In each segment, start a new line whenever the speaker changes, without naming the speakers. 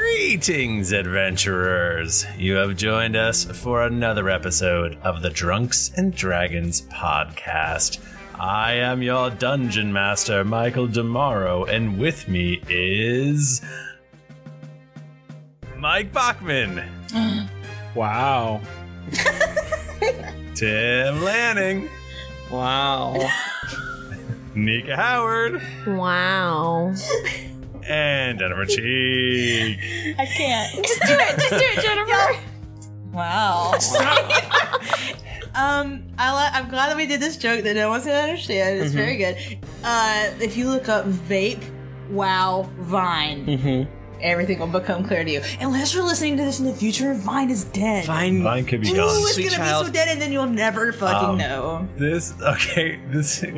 Greetings, adventurers! You have joined us for another episode of the Drunks and Dragons podcast. I am your dungeon master, Michael Demaro, and with me is Mike Bachman,
Wow.
Tim Lanning,
Wow.
Nika Howard,
Wow.
and Jennifer Cheek.
I can't.
Just do it. Just do it, Jennifer.
Wow. um, I li- I'm glad that we did this joke that no one's gonna understand. It's very good. Uh, if you look up vape, wow, Vine,
Mm-hmm.
everything will become clear to you. Unless you're listening to this in the future, Vine is dead.
Fine.
Mine could be
Ooh,
gone.
it's
Sweet
gonna
child.
be so dead, and then you'll never fucking
Um,
know.
This okay. This so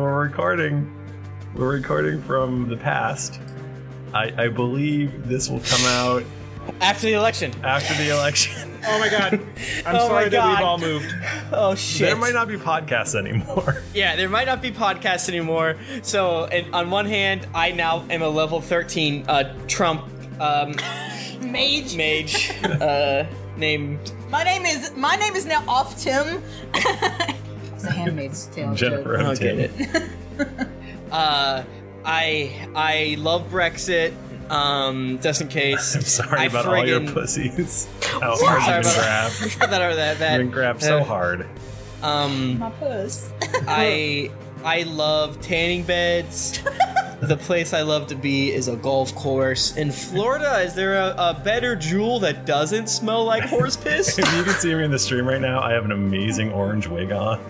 we're recording. We're recording from the past. I, I believe this will come out
After the election.
after the election.
Oh my god. I'm
Oh my
sorry that
God.
we've all moved.
Oh shit.
There might not be podcasts anymore.
yeah, there might not be podcasts anymore. So, and on one hand, I now am a level 13 uh, Trump um,
Mage.
mage uh, named.
My name is my name is now off Tim. it's a Handmaid's Tale
Jennifer,
I
I'm
don't get
Tim.
it. uh, I I love Brexit. Um, just in case.
I'm sorry
I
about all your
friggin-
pussies. How
Sorry
hard
about
you grab.
that. that,
You've
that
been grabbed so
uh,
hard.
Um,
My puss.
I I love tanning beds. the place I love to be is a golf course in Florida. Is there a, a better jewel that doesn't smell like horse piss?
If you can see me in the stream right now, I have an amazing orange wig on.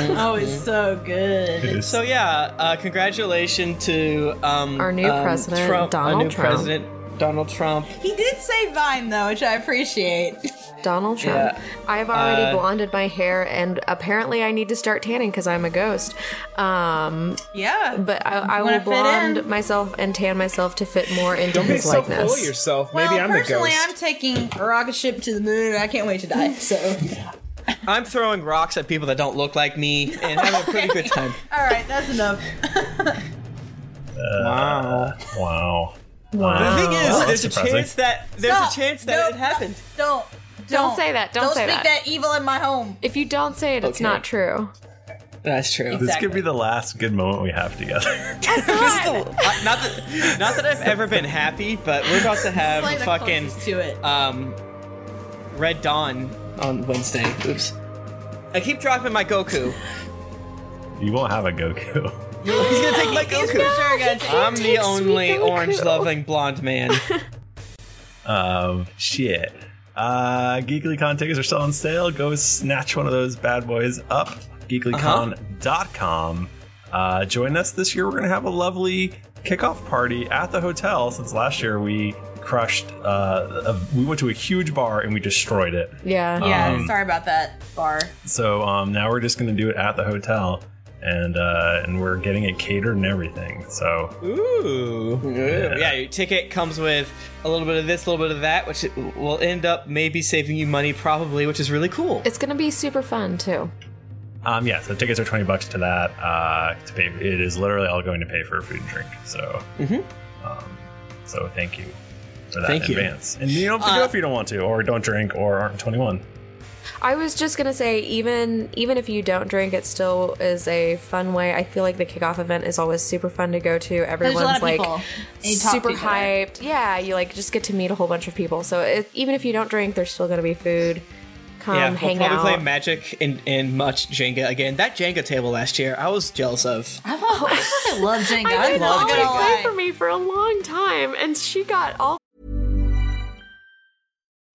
oh, it's so good.
It is
so yeah, uh, congratulations to um,
Our new
um,
president,
Trump, our
Donald
new
Trump.
president Donald Trump.
He did say Vine though, which I appreciate.
Donald Trump.
Yeah.
I've already
Uh,
blonded my hair, and apparently I need to start tanning because I'm a ghost. Um,
Yeah,
but I, I
Wanna
will
fit in?
blonde myself and tan myself to fit more into
Don't be
his
so
likeness.
full of yourself.
well,
Maybe I'm the
personally,
ghost.
I'm taking a rocket ship to the moon. and I can't wait to die. So,
I'm throwing rocks at people that don't look like me and having a pretty good time.
all right, that's enough.
Uh,
Wow.
Wow.
The
Wow.
thing is,
that's
there's
surprising.
a chance that there's
Stop.
a chance that
No,
it happened.
Don't, don't,
Don't say that, don't
don't
say
speak
that.
that. evil in my home.
If you don't say it, it's
Okay.
not true.
That's true.
This could be the last good moment we have together.
This is the, I- not that not that I've ever been happy, but we're about to have
Play
a
the
fucking
closest to it.
um Red Dawn on Wednesday. Oops. I keep dropping my Goku.
you won't have a Goku.
He's gonna take my
He's
Goku.
sure gonna take-
I'm the
takes
only
sweet Goku.
orange loving blonde man.
Um, shit. Uh, GeeklyCon tickets are still on sale. Go snatch one of those bad boys up.
Uh-huh.
GeeklyCon.com. Uh, join us this year. We're going to have a lovely kickoff party at the hotel since last year we crushed, uh, a, we went to a huge bar and we destroyed it.
Yeah.
yeah,
um,
sorry about that bar.
So um, now we're just going to do it at the hotel. And, uh, and we're getting it catered and everything. So
Ooh. Yeah, your ticket comes with a little bit of this, a little bit of that, which it will end up maybe saving you money probably, which is really cool.
It's going to be super fun, too.
um, yeah, so tickets are twenty bucks to that. Uh, to pay, it is literally all going to pay for food and drink. So,
Mhm.
um, so thank you for that
Thank
in
you.
advance. And you don't have to
Uh,
go if you don't want to, or don't drink, or aren't twenty-one.
I was just gonna say, even even if you don't drink, it still is a fun way. I feel like the kickoff event is always super fun to go to.
There's a lot
Everyone's
of
like
people. And you talk
super
people there.
hyped. Yeah, you like just get to meet a whole bunch of people. So it, even if you don't drink, there's still gonna be food. Come
yeah,
hang
we'll probably
out.
play Magic and, and much Jenga again. That Jenga table last year, I was jealous of.
I love, I love Jenga.
I
I'm
did
not
not
gonna
play
lie.
for me for a long time, and she got all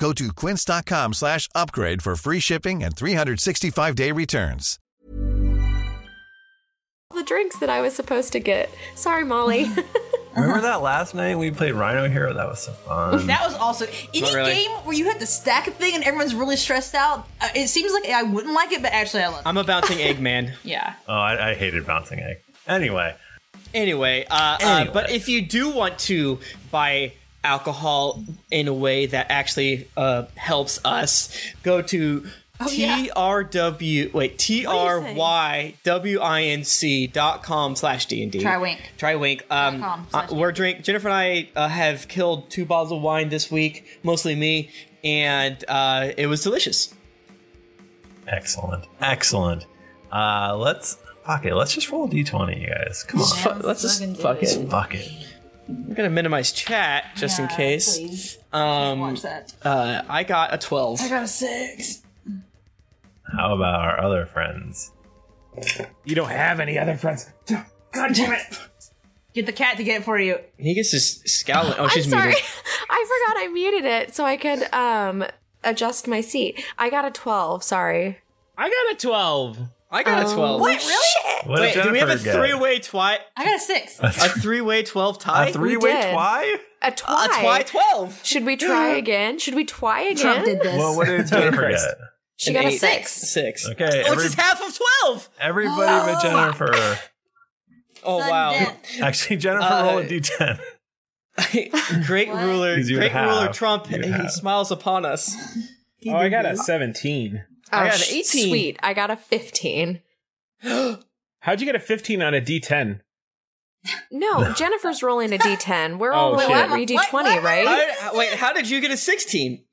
Go to quince.com slash upgrade for free shipping and 365-day returns.
The drinks that I was supposed to get. Sorry, Molly.
uh-huh.
Remember that last night we played Rhino Hero? That was so fun.
That was also any
really.
game where you have to stack a thing and everyone's really stressed out. Uh, it seems like I wouldn't like it, but actually I love it.
I'm a bouncing Eggman.
yeah.
oh, I, I hated bouncing egg. Anyway,
Anyway, uh,
Anyway.
Uh, but if you do want to buy alcohol in a way that actually uh, helps us, go to
Oh, yeah.
trw wait t r y w i n c dot com slash d and d
Triwink.
triwink um
com
uh,
slash
we're drink Jennifer and I uh, have killed two bottles of wine this week mostly me and uh, it was delicious
excellent, excellent. Uh, let's fuck it. Let's just roll a d20, you guys. Come on,
Fu- let's just fuck it
fuck it.
I'm gonna minimize chat just in case
Please.
um
Watch that.
uh, I got a twelve
I got a six.
How about our other friends?
you don't have any other friends. God damn it.
Get the cat to get it for you.
He gets just scowling. Oh, she's
I'm sorry.
muted.
I forgot I muted it so I could um adjust my seat. I got a 12. Sorry.
I got a twelve. I got a twelve.
Um, What really?
What
Wait,
did
do we have a
Jennifer get?
three-way twi?
I got a six.
A three-way twelve tie?
A three
We
way
did.
twy?
A
A
twi.
uh, twi twelve.
Should we try again? Should we twi again?
Trump did this.
Well, what did Jennifer
Christ.
get?
She
An
got a
eight.
six.
Six.
Okay,
Which
every-
is half of twelve.
Everybody but Jennifer.
Oh wow!
Actually, Jennifer, roll
Uh,
a d10.
great
What?
ruler,
Because you
great
have-
ruler Trump.
you
He
have.
smiles upon us. Oh, I got a seventeen.
Oh,
I got
sh-
an eighteen.
Sweet. I got a 15.
How'd you get a 15 on a D10?
No, Jennifer's rolling a d10. We're
Oh,
all rolling
shit.
every d20,
How
right?
did- how- wait, how did you get a sixteen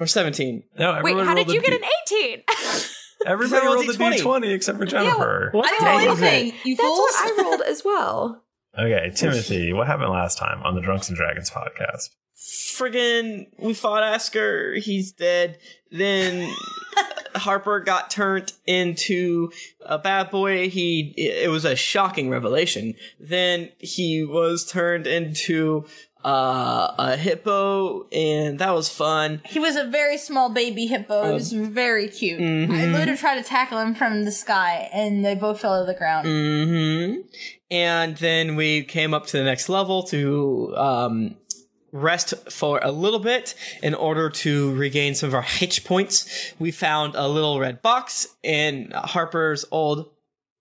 or seventeen?
No,
Wait,
everyone
how
rolled
did you
a
get
D-
an 18? That's
Everybody
rolled
rolled
a
a
D20.
d20 except for
Yeah,
Jennifer.
I didn't roll
day is it?
anything. You fools.
what I rolled as well.
Okay, Timothy, what happened last time on the Drunks and Dragons podcast?
friggin' we fought Asker, he's dead. Then Harper got turned into a bad boy. He it was a shocking revelation. Then he was turned into uh, a hippo, and that was fun.
He was a very small baby hippo. It was very cute. I literally tried to tackle him from the sky, and they both fell to the ground.
hmm And then we came up to the next level to um, rest for a little bit in order to regain some of our hitch points. We found a little red box in Harper's old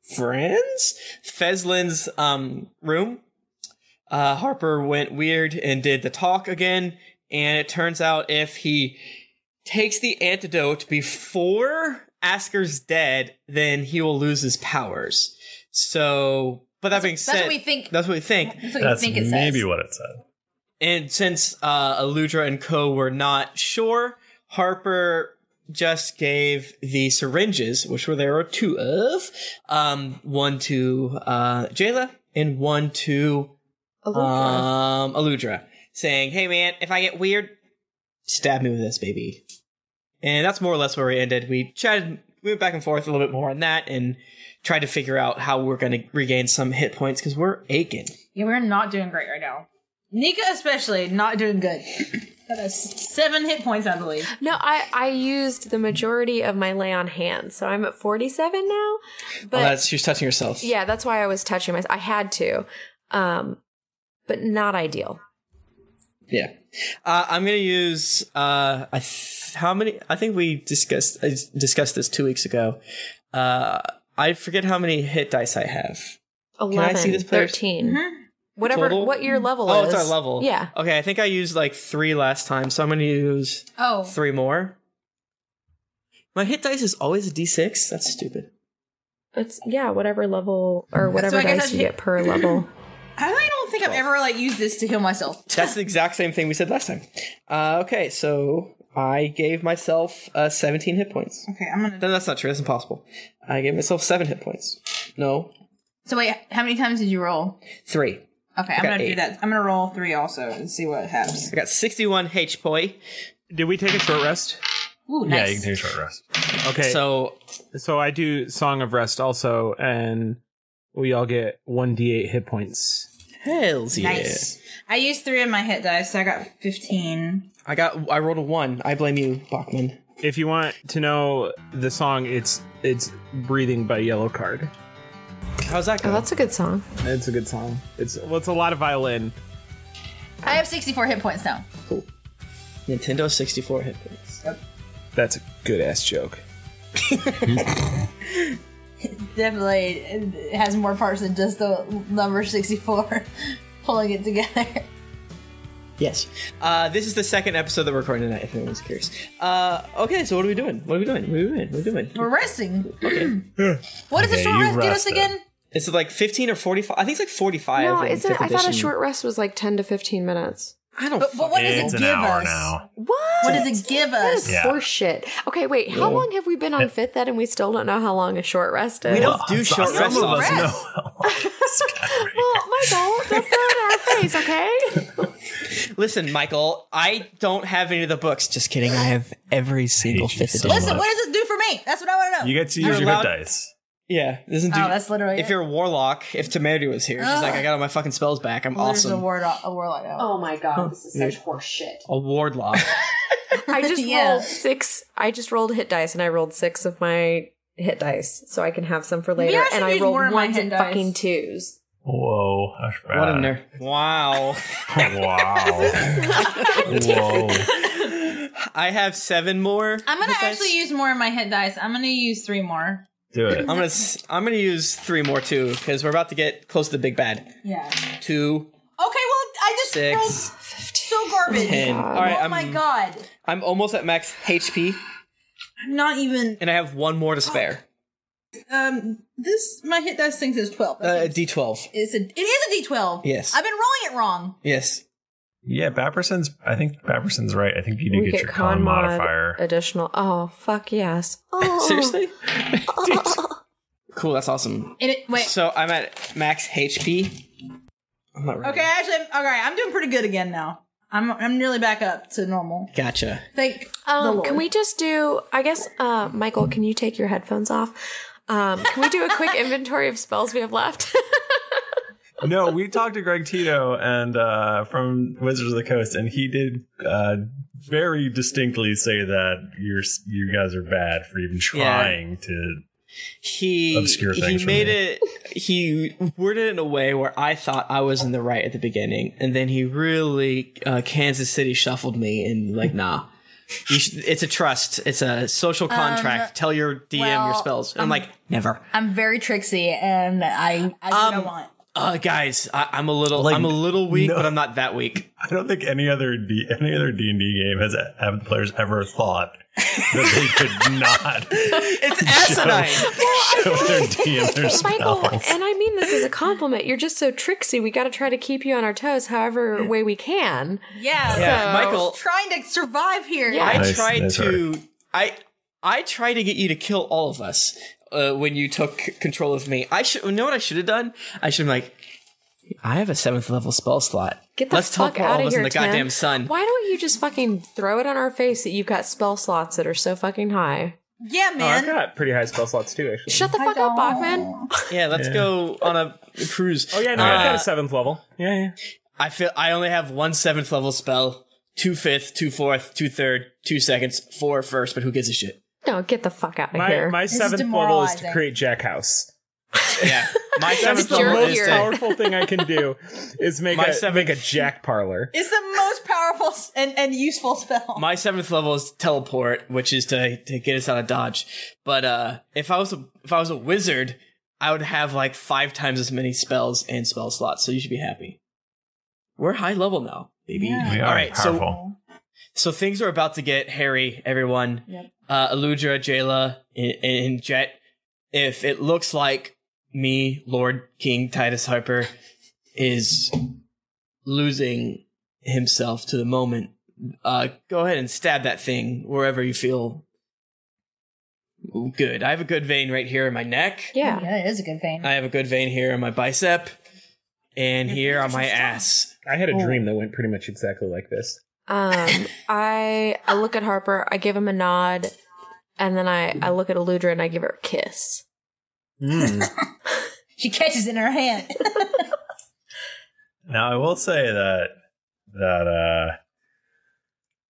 friends, Feslin's um, room. Uh, Harper went weird and did the talk again. And it turns out if he takes the antidote before Asker's dead, then he will lose his powers. So, but that being said,
that's what we think-
That's what we think.
That's what
That's
you think it
maybe
says.
what it said.
And since uh, Aludra and Co were not sure, Harper just gave the syringes, which were there were two of, um, one to uh, Jayla and one to
Aludra.
um, Aludra, saying, "Hey man, if I get weird, stab me with this baby." And that's more or less where we ended. We chatted, we went back and forth a little bit more on that, and tried to figure out how we're going to regain some hit points because we're aching. Oh,
Yeah, we're not doing great right now. Nika especially not doing good. Got a seven hit points, I believe.
No, I, I used the majority of my lay on hands, so I'm at 47 now. But
oh, that's she's touching herself.
yeah, that's why I was touching myself. I had to, um, but not ideal.
Yeah. Uh, I'm going to use uh, I th- how many? I think we discussed I s- discussed this two weeks ago. Uh, I forget how many hit dice I have.
11,
Can I see this player's-
13.
Mm-hmm.
Whatever,
Total?
what your level
Oh,
is.
it's our level.
Yeah.
Okay, I think I used like three last time, so I'm going to use
Oh.
three more. My hit dice is always a d6. That's stupid.
It's, yeah, whatever level or whatever
I guess
dice
I
you
should-
get per level.
I really don't think I've ever like used this to heal myself.
That's the exact same thing we said last time. Uh, okay, so I gave myself uh, 17 hit points.
Okay, I'm gonna.
No, that's not true. That's impossible. I gave myself seven hit points. No,
So wait, how many times did you roll?
three.
Okay,
I got
I'm gonna do
eight.
that. I'm gonna roll three also and see what happens.
I got 61 H poi.
Did we take a short rest?
Ooh,
Yeah,
nice.
you can take a short rest. Okay.
So
so I do Song of Rest also, and we all get one d8 hit points.
Hells
Nice. I used three of my hit dice, so I got fifteen.
I got. I rolled a one. I blame you, Bachman.
If you want to know the song, it's it's "Breathing" by Yellow Card.
How's that? Go?
that's a good song.
It's a good song. It's well, it's a lot of violin.
I have sixty-four hit points now.
Nintendo 64 hit points.
Yep.
That's a good ass joke.
Definitely, it has more parts than just the number sixty-four. Pulling it together.
Yes. Uh, this is the second episode that we're recording tonight. If anyone's curious. Uh, okay, so what are we doing? What are we doing? What are we doing? What are we doing?
We're resting.
Okay.
What does a short rest get us again?
It's like 15 or 45. I think it's like 45.
No,
in
isn't
fifth
I thought a
edition.
short rest was like 10 to 15 minutes.
I don't
But, but what does it give us?
What?
What does it give
That
us?
is horseshit. Okay, wait.
Yeah.
How long have we been on fifth ed and we still don't know how long a short rest is?
We don't do Well, short some rests of on us Fifth. know
well, Michael, that's not our face, okay?
Listen, Michael, I don't have any of the books. Just kidding. I have every single fifth edition.
Listen, what does this do for me? That's what I want to know.
You're allowed-
dice.
Yeah, doesn't do.
Oh, that's literally
If
it.
you're a warlock, if Temerity was here, she's like,
Ugh.
I got all my fucking spells back. I'm
There's a
awesome.
word, a warlock. Oh
my god,
Huh. this is such
horseshit.
A wardlock.
I just
Yeah.
rolled six. I just rolled hit dice and I rolled six of my hit dice so I can have some for
Maybe
later.
I should
and I
use
rolled
more of my
ones
hit
and
dice.
fucking twos.
Whoa. That's bad.
What a nerd. Wow.
wow. Whoa.
I have seven more.
I'm gonna actually use more of my hit dice. I'm gonna use three more.
Do it.
I'm gonna s- I'm gonna use three more too because we're about to get close to the big bad.
Yeah. Okay.
Two.
Well, I just
Six.
rolled so garbage.
Ten.
Oh
All right, I'm-
my god.
I'm almost at max HP
I'm not even.
and I have one more to spare.
Um, this my hit dice thinks is twelve.
Uh, D12.
It's a it is a D twelve.
Yes.
I've been rolling it wrong.
Yes.
Yeah, Bapperson's. I think Bapperson's right. I think you do
We
get,
get
your con,
con mod.
modifier.
Additional. Oh fuck yes. Oh.
Seriously? Cool. That's awesome.
And it, wait.
So I'm at max HP. I'm not right.
okay, actually, I'm- all right. I'm doing pretty good again now. I'm I'm nearly back up to normal.
Gotcha.
Thank the
Um,
Lord.
can we just do? I guess, uh, Michael, can you take your headphones off? Um, can we do a quick inventory of spells we have left?
no, we talked to Greg Tito and uh, from Wizards of the Coast, and he did uh, very distinctly say that you're s- you guys are bad for even trying to.
He
Obscure things
he
from
made
me.
it. He worded it in a way where I thought I was in the right at the beginning, and then he really uh, Kansas City shuffled me and like, nah. You should, it's a trust. It's a social
Um,
contract. Tell your DM your
well, um,
spells. And I'm like, never.
I'm very tricksy, and I I don't want.
Uh, guys, I, I'm a little, I'm a little weak, but I'm not that weak.
I don't think any other D, any other D and D game has have the players ever thought that they could not. it's
asinine.
Show, show their DM their
Michael,
spells.
and I mean this as a compliment. You're just so tricksy. We got to try to keep you on our toes, however way we can.
Yeah,
Yeah,
so-
Michael-
trying to survive here.
I tried to, I, I tried to get you to kill all of us uh, when you took c- control of me. I should, you know what I should have done? I should have been like, I have a seventh level spell slot.
Get the
Let's
fuck
teleport all
out
of
of
us
here,
in the
Tim.
goddamn sun.
Why don't you just fucking throw it on our face that you've got spell slots that are so fucking high?
Yeah,
Oh, I've got pretty high spell slots too, actually.
Shut the fuck up, Bachman.
Yeah, let's
Yeah.
go on a cruise. Uh,
Oh yeah, no, I've got a seventh level. Yeah, yeah.
I feel I only have one seventh level spell, two fifth, two fourth, two third, two seconds, four first. But who gives a shit?
No, get the fuck out of
My,
here.
my seventh level is to create Jack House.
Yeah,
my seventh
You're
level is the
here.
most powerful thing I can do is make
My
a
seventh-
make a Jack parlor.
It's the most powerful s- and, and useful spell.
My seventh level is teleport, which is to, to get us out of dodge. But uh, if I was a, if I was a wizard, I would have like five times as many spells and spell slots. So you should be happy. We're high level now, baby.
We are
All right,
powerful.
so so things are about to get hairy. Everyone,
Yep.
uh, Eludra, Jayla, and, and Jet. If it looks like me, Lord King Titus Harper, is losing himself to the moment, uh, go ahead and stab that thing wherever you feel good. I have a good vein right here in my neck.
Yeah. Yeah, it is a good vein.
I have a good vein here on my bicep, and here on my ass.
I had a dream that went pretty much exactly like this.
Um, I I look at Harper, I give him a nod, and then I I look at Eludra and I give her a kiss.
Hmm.
She catches it in her hand.
Now I will say that that uh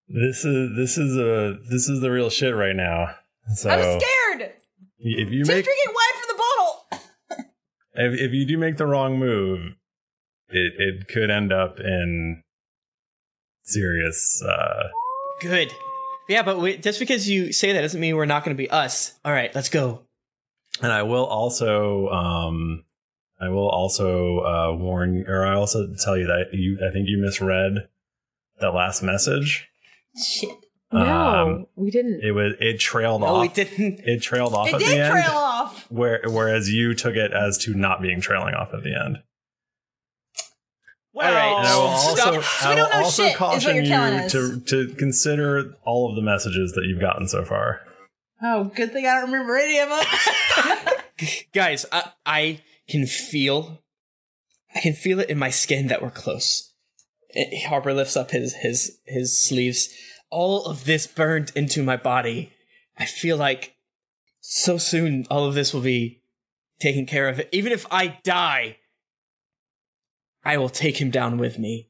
this is this is a this is the real shit right now. So
I was scared.
if you
Just
make
drinking wine from the bottle.
if, if you do make the wrong move, it it could end up in serious uh
Good. Yeah, but we, just because you say that doesn't mean we're not going to be us. All right, let's go.
and I will also um I will also uh warn or I also tell you that you I think you misread that last message.
Shit.
Um,
no, we didn't.
It was it trailed
No,
off.
it didn't.
It trailed off
It
at
did
the end.
trail off.
Where, whereas you took it as to not being trailing off at the end.
All right,
And I will also,
So
I
we
will
don't know
also
shit is what
caution
you're
you
telling us.
to, to consider all of the messages that you've gotten so far.
Oh, good thing I don't remember any of them.
guys, I, I can feel, I can feel it in my skin that we're close. Eh, Harper lifts up his his his sleeves. All of this burned into my body. I feel like so soon all of this will be taken care of. Even if I die, I will take him down with me.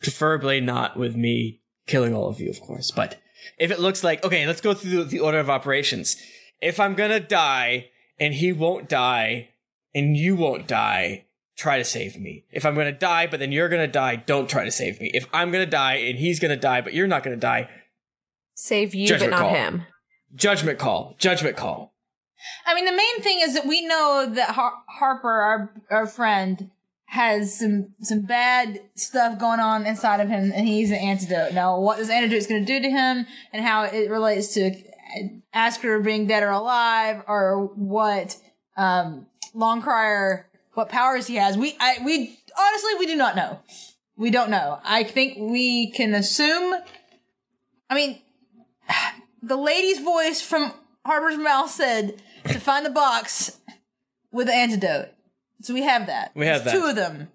Preferably not with me killing all of you, of course, but if it looks like okay let's go through the order of operations if i'm gonna die and he won't die and you won't die try to save me if i'm gonna die but then you're gonna die don't try to save me if i'm gonna die and he's gonna die but you're not gonna die
Save you,
judgment
but not
call
him.
judgment call judgment call
I mean, the main thing is that we know that Har- Harper, our our friend, has some some bad stuff going on inside of him, and he's an antidote. Now, what this antidote is going to do to him, and how it relates to uh, Asker being dead or alive, or what um, Longcrier, what powers he has, we I, we honestly we do not know. We don't know. I think we can assume. I mean, the lady's voice from Harper's mouth said to find the box with the antidote. So we have that.
We have
There's
that.
Two of them.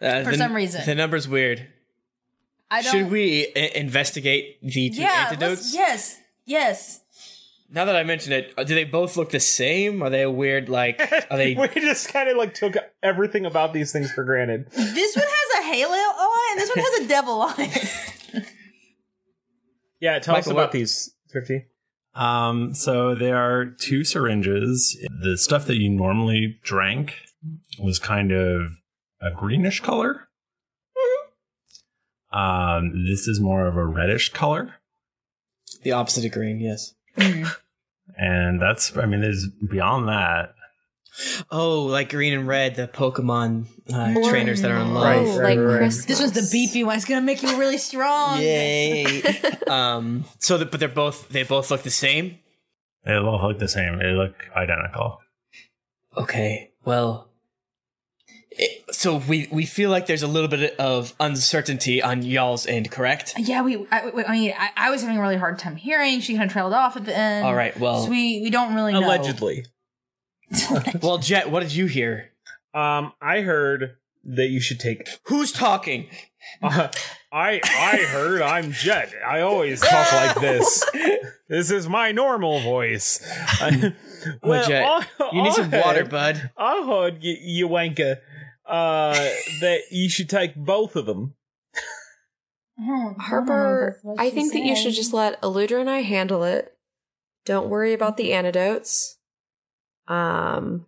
Uh,
For
the-
some reason.
the number's weird
I don't.
should we I- investigate the two
yeah. let's-
antidotes
Yes. Yes.
now that i mention it uh, do they both look the same are they a weird like are they
we just kind of like took everything about these things for granted.
This one has a halo on it, and this one has a devil on it.
Yeah, tell us
Michael,
about
what-
these fifty.
Um, so there are two syringes. The stuff that you normally drank was kind of a greenish color.
Mm-hmm.
Um, this is more of a reddish color.
the opposite of green yes
And that's, I mean, there's beyond that.
Oh, like green and red, the Pokemon uh,
Or-
trainers that are in love.
Right, right, Like right. This one's the beefy one. It's gonna make you really strong.
Yay! um, so, the, but they're both they both look the same.
They both look the same. They look identical.
Okay, well, it- so we we feel like there's a little bit of uncertainty on y'all's end, correct?
Yeah, we. I, we- I mean, I, I was having a really hard time hearing. She kind of trailed off at the end.
All right, well-
so we we don't really know.
Allegedly.
well, Jet, what did you hear?
Um, I heard that you should take.
Who's talking?
Uh, I I heard I'm Jet. I always talk like this. This is my normal voice.
Jet, you need some water, bud.
I heard you, you wanker
uh, that you should take both of them.
Harper,
Oh, what
I
she
think that you
said.
should just let Eludra and I handle it. Don't worry about the antidotes. Um,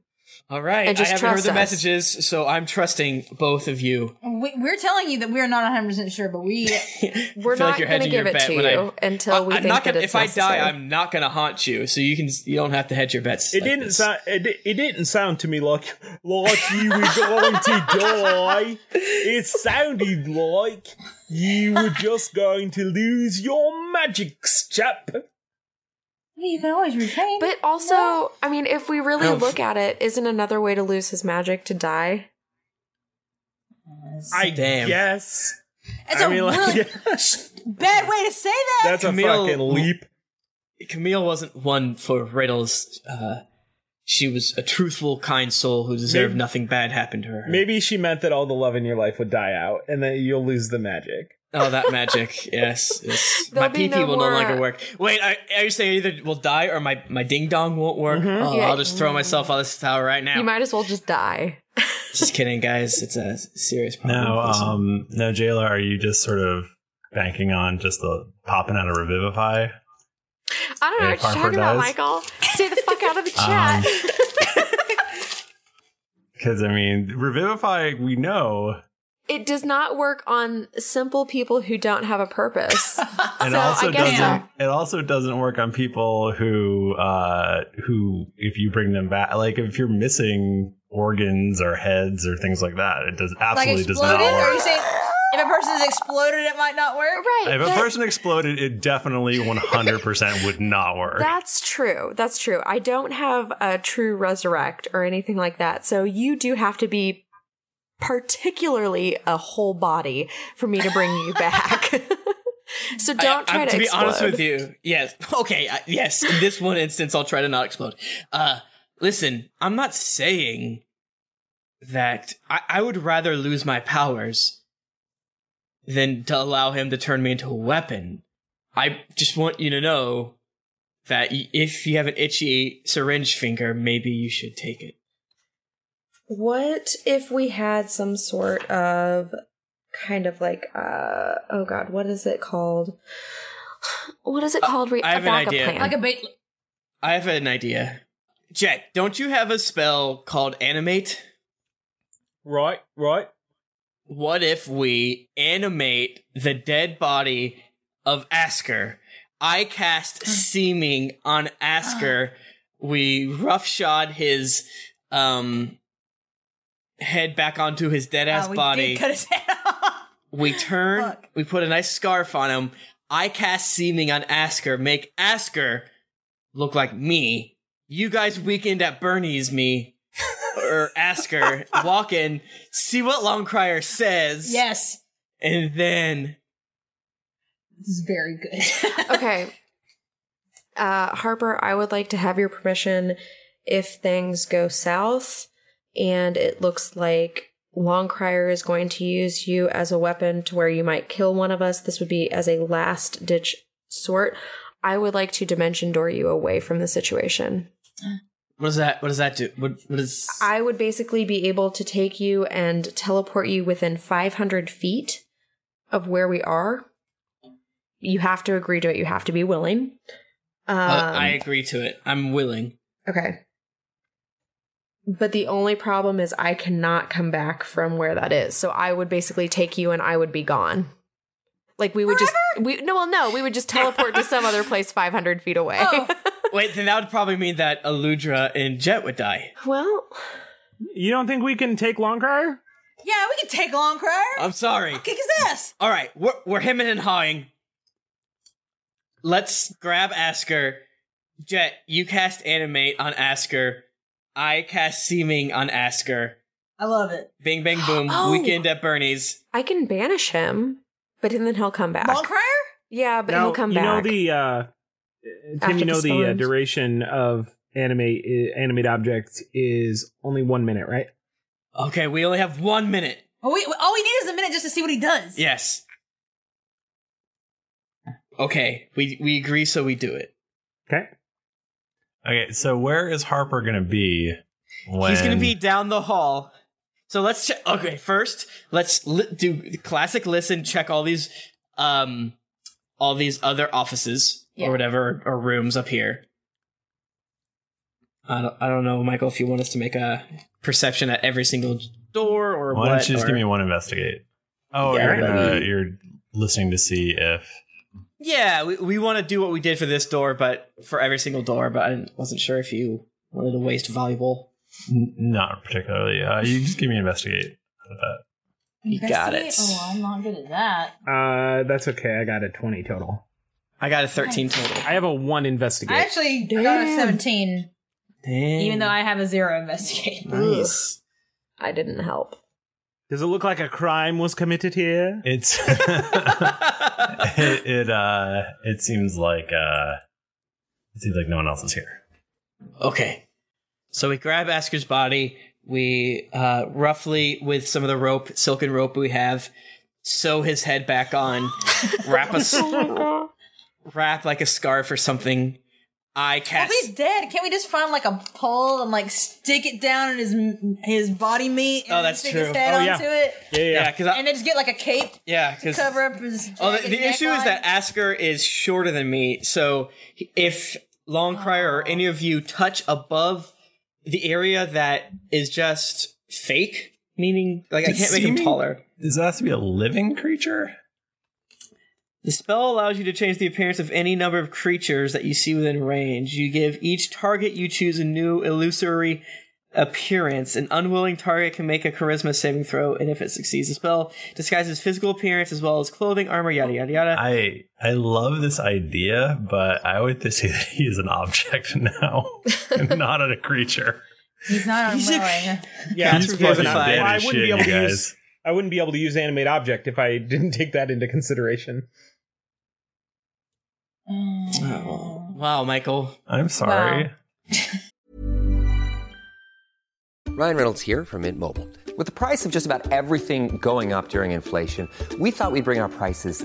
All right.
And just
I haven't heard
trust
the
us.
messages, so I'm trusting both of you.
We, we're telling you that we're not 100 percent sure, but we
we're
I feel
not
like you're
going to
hedging your
give it
bet
to
when I-
you until we
I'm
think
not gonna.
that it's
If I
necessary.
die, I'm not gonna haunt you, so you can. You don't have to hedge your bets.
It didn't sound. It, di- it didn't sound to me like like you were going to die. It sounded like you were just going to lose your magics, chap.
you can always retrain.
But also, I mean, if we really
Oof.
look at it, isn't another way to lose his magic to die?
I
Damn.
guess
It's
I
a
mean, like-
really bad way to say that.
Camille wasn't one for riddles. Uh, she was a truthful, kind soul who deserved
Maybe-
nothing bad happened to her.
Maybe she meant that all the love in your life would die out, and that you'll lose the magic.
Oh, that magic! yes, yes. my
There'll be
PP
no
will
more-
no longer work. Wait, are, are you saying either will die or my my ding dong won't work? Oh,
Yeah.
I'll just throw myself out of this tower right now.
You might as well just die.
Just kidding, guys. It's a serious problem.
Now,
Listen.
um, now, Jailer, are you just sort of banking on just the popping out of Revivify?
I don't know
Hey,
what you're
Harper
talking about,
does.
Michael. Stay the fuck out of the
Um,
chat.
Because I mean, Revivify, we know,
it does not work on simple people who don't have a purpose.
and
So,
it also
I guess-
doesn't. It also doesn't work on people who, uh, who if you bring them back, like if you're missing organs or heads or things like that, it does absolutely
like
does
exploded?
not
or are you
work.
saying if a person is exploded, it might not work?
Right.
If a person exploded, it definitely 100% would not work.
That's true. That's true. I don't have a true resurrect or anything like that. So you do have to be particularly a whole body for me to bring you back. so don't
I-
try
I'm-
to,
to be honest
explode.
with you. Yes. Okay. I, yes. In this one instance, I'll try to not explode. Uh, listen, I'm not saying that I, I would rather lose my powers than to allow him to turn me into a weapon. I just want you to know that y- if you have an itchy syringe finger, maybe you should take it.
What if we had some sort of kind of like uh oh god, what is it called? What is it called? Re-
Oh, I have
a
an
backup
idea.
plan.
Like
a bait.
I have an idea. Jack, don't you have a spell called animate?
Right, right.
What if we animate the dead body of Asker? I
Hmm.
cast seeming on Asker.
Ah.
We roughshod his um head back onto his dead ass
Uh, we
body.
did cut his head
We turn, we put a nice scarf on him. I cast seeming on Asker, make Asker look like me. You guys weekend at Bernie's me or Asker, walk in, see what Longcrier says.
Yes.
And then
This is very good.
okay. Uh, Harper, I would like to have your permission if things go south and it looks like Longcrier is going to use you as a weapon to where you might kill one of us. This would be as a last ditch sort. I would like to dimension door you away from the situation.
what does that what does that do? What what is
I would basically be able to take you and teleport you within 500 feet of where we are. You have to agree to it. You have to be willing. Um,
Uh, I agree to it. I'm willing.
Okay. But the only problem is I cannot come back from where that is. So I would basically take you and I would be gone. Like we would just we no well no we would just teleport to some other place 500 feet away.
Oh.
Wait, then that would probably mean that Aludra and Jet would die.
Well,
you don't think we can take Longcrier?
Yeah, we can take long crier.
I'm sorry.
Kick his ass.
All right, we're we're hemming and hawing. Let's grab Asker. Jet, you cast animate on Asker. I cast seeming on Asker.
I love it.
Bing bang boom.
Oh.
Weekend at Bernie's.
I can banish him, but then he'll come back.
Longcrier?
Yeah, but he'll come
you
back.
know the uh, Tim.
After
You know
the
the, uh,
storms.
duration of animate uh, animate objects is only one minute, right?
Okay, we only have one minute.
Well, we, all we need is a minute just to see what he does.
Yes. Okay, we we agree, so we do it.
Okay, so where is Harper going to be when
He's gonna be down the hall, So let's check. Okay, first let's li- do classic listen. Check all these, um, all these other offices
Yeah.
or whatever or rooms up here. I don't, I don't know, Michael, if you want us to make a perception at every single door or
Why don't
what,
you just
or-
give me one investigate? Oh,
Yeah,
you're,
I
uh,
mean-
you're listening to see if.
Yeah, we, we want to do what we did for this door, but for every single door. But I wasn't sure if you wanted to waste valuable.
n- Not particularly. Uh, you just give me investigate. That.
You got it.
Oh, I'm not good at that.
Uh, that's okay. I got a 20 total.
I got a 13 total.
I have a 1 investigate.
I actually got a 17, even though I have a zero investigate.
Nice.
I didn't help.
Does it look like a crime was committed here?
It's it, it uh it seems like uh it seems like no one else is here.
Okay. So we grab Asker's body. We uh, roughly, with some of the rope, silken rope we have, sew his head back on, wrap a s- wrap like a scarf or something.
Well,
I
Oh,
cast.
if he's dead, can't we just find like a pole and like stick it down in his his body meat? And
Oh, that's
stick
true.
His head
Oh,
onto
yeah.
it.
Yeah, yeah, yeah. Yeah, 'cause I-
and then just get like a cape
Yeah,
to
because
cover up his.
Oh, the,
jagged
the issue is
neckline.
that Asker is shorter than me, so if Long Crier or any of you touch above the area that is just fake, meaning like I
Does
can't make him
seeming-
taller.
Does that have to be a living creature?
The spell allows you to change the appearance of any number of creatures that you see within range. You give each target you choose a new illusory appearance. An unwilling target can make a charisma saving throw, and if it succeeds, the spell disguises physical appearance as well as clothing, armor, yada yada yada.
I I love this idea, but I would to say that he is an object now, and not a creature.
he's not unwilling.
Yeah,
He's
that's
fucking
what I-
dead
I
as
wouldn't
shit,
be able
you
to
guys.
use. I wouldn't be able to use animate object if I didn't take that into consideration.
Wow, Michael.
I'm sorry.
Ryan Reynolds here from Mint Mobile. With the price of just about everything going up during inflation, we thought we'd bring our prices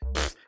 Pfft,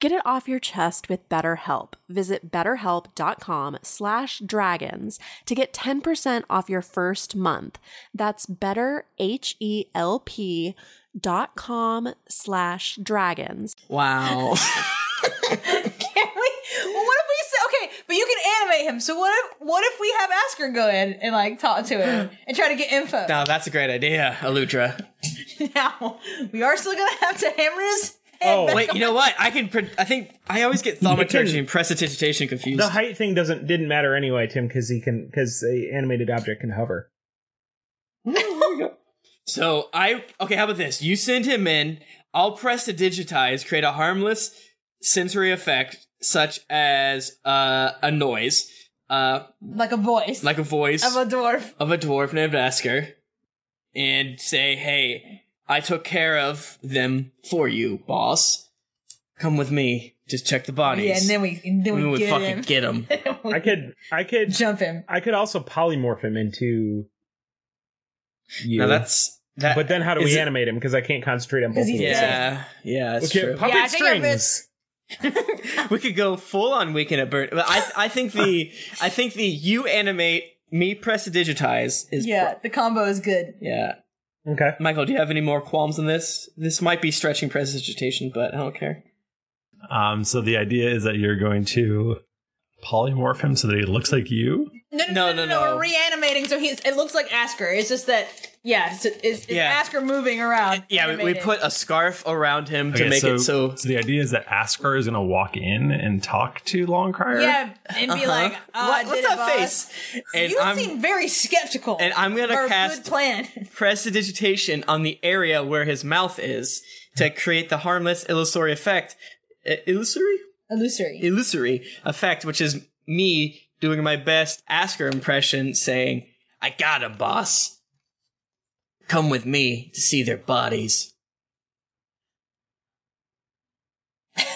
Get it off your chest with BetterHelp. Visit betterhelp.com slash dragons to get 10% off your first month. That's E betterhelp.com slash dragons.
Wow.
Well, what if we say okay, but you can animate him. So what if what if we have Asker go in and like talk to him and try to get info?
now that's a great idea, Aludra.
Now we are still gonna have to hammer his head. back
Oh, wait, you know what? I can. Pre- I think I always get thaumaturgy and prestidigitation confused.
The height thing doesn't didn't matter anyway, Tim, because he can because the animated object can hover.
So I okay. How about this? You send him in. I'll press to digitize, create a harmless sensory effect such as uh, a noise, uh,
like a voice,
like a voice
of a dwarf.
of a dwarf named Asker, and say, "Hey, I took care of them for you, boss. Come with me. Just check the bodies."
Yeah, and then we and then we,
would
get
fucking
him.
get him.
I could I could
jump him.
I could also polymorph him into. You.
Now that's- that-
but then how do we
is it-
animate him? Because I can't concentrate on both. of these.
yeah, yeah, that's
Okay,
true.
puppet Yeah, I think if it's-
we could go full on weekend at Burn. But I, I think the, I think the you animate me press to digitize is
yeah, the combo is good.
yeah.
Okay,
Michael, do you have any more qualms on this? This might be stretching prestidigitation, but I don't care.
Um, so the idea is that you're going to polymorph him so that he looks like you.
No, no, no, no, We're reanimating, so he's. It looks like Asker. It's just that. Yeah, it's, it's, it's
Yeah.
Asker moving around.
Yeah, we, we
animated.
put a scarf around him to make it so.
the idea is that Asker is going to walk in and talk to Longcrier.
Yeah, and be
Uh-huh.
like, uh,
What- what's
did it,
that
boss?
face? And
you
I'm-
seem very skeptical.
And I'm gonna
of our
cast-
good plan.
prestidigitation on the area where his mouth is to create the harmless illusory effect. I- Illusory?
Illusory.
Illusory effect, which is me doing my best Asker impression saying, I got him, boss. Come with me to see their bodies.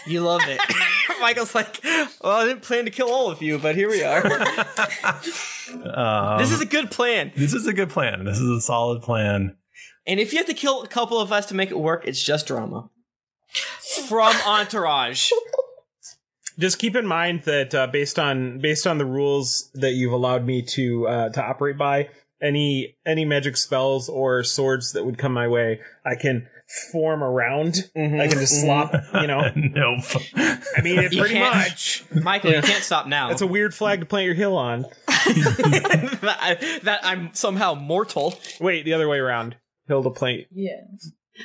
You love it. Michael's like, well, I didn't plan to kill all of you, but here we are.
Um,
this is a good plan.
this is a good plan. This is a solid plan.
And if you have to kill a couple of us to make it work, it's just drama. From Entourage.
Just keep in mind that uh, based on based on the rules that you've allowed me to uh, to operate by, any any magic spells or swords that would come my way, I can form around. I can
Mm-hmm.
just slop. You know,
nope.
I mean, it
You
pretty
can't-
much.
Michael, you can't stop now.
That's a weird flag to plant your heel on.
that, I, that I'm somehow mortal.
Wait, the other way around. Hill to plant.
Yeah.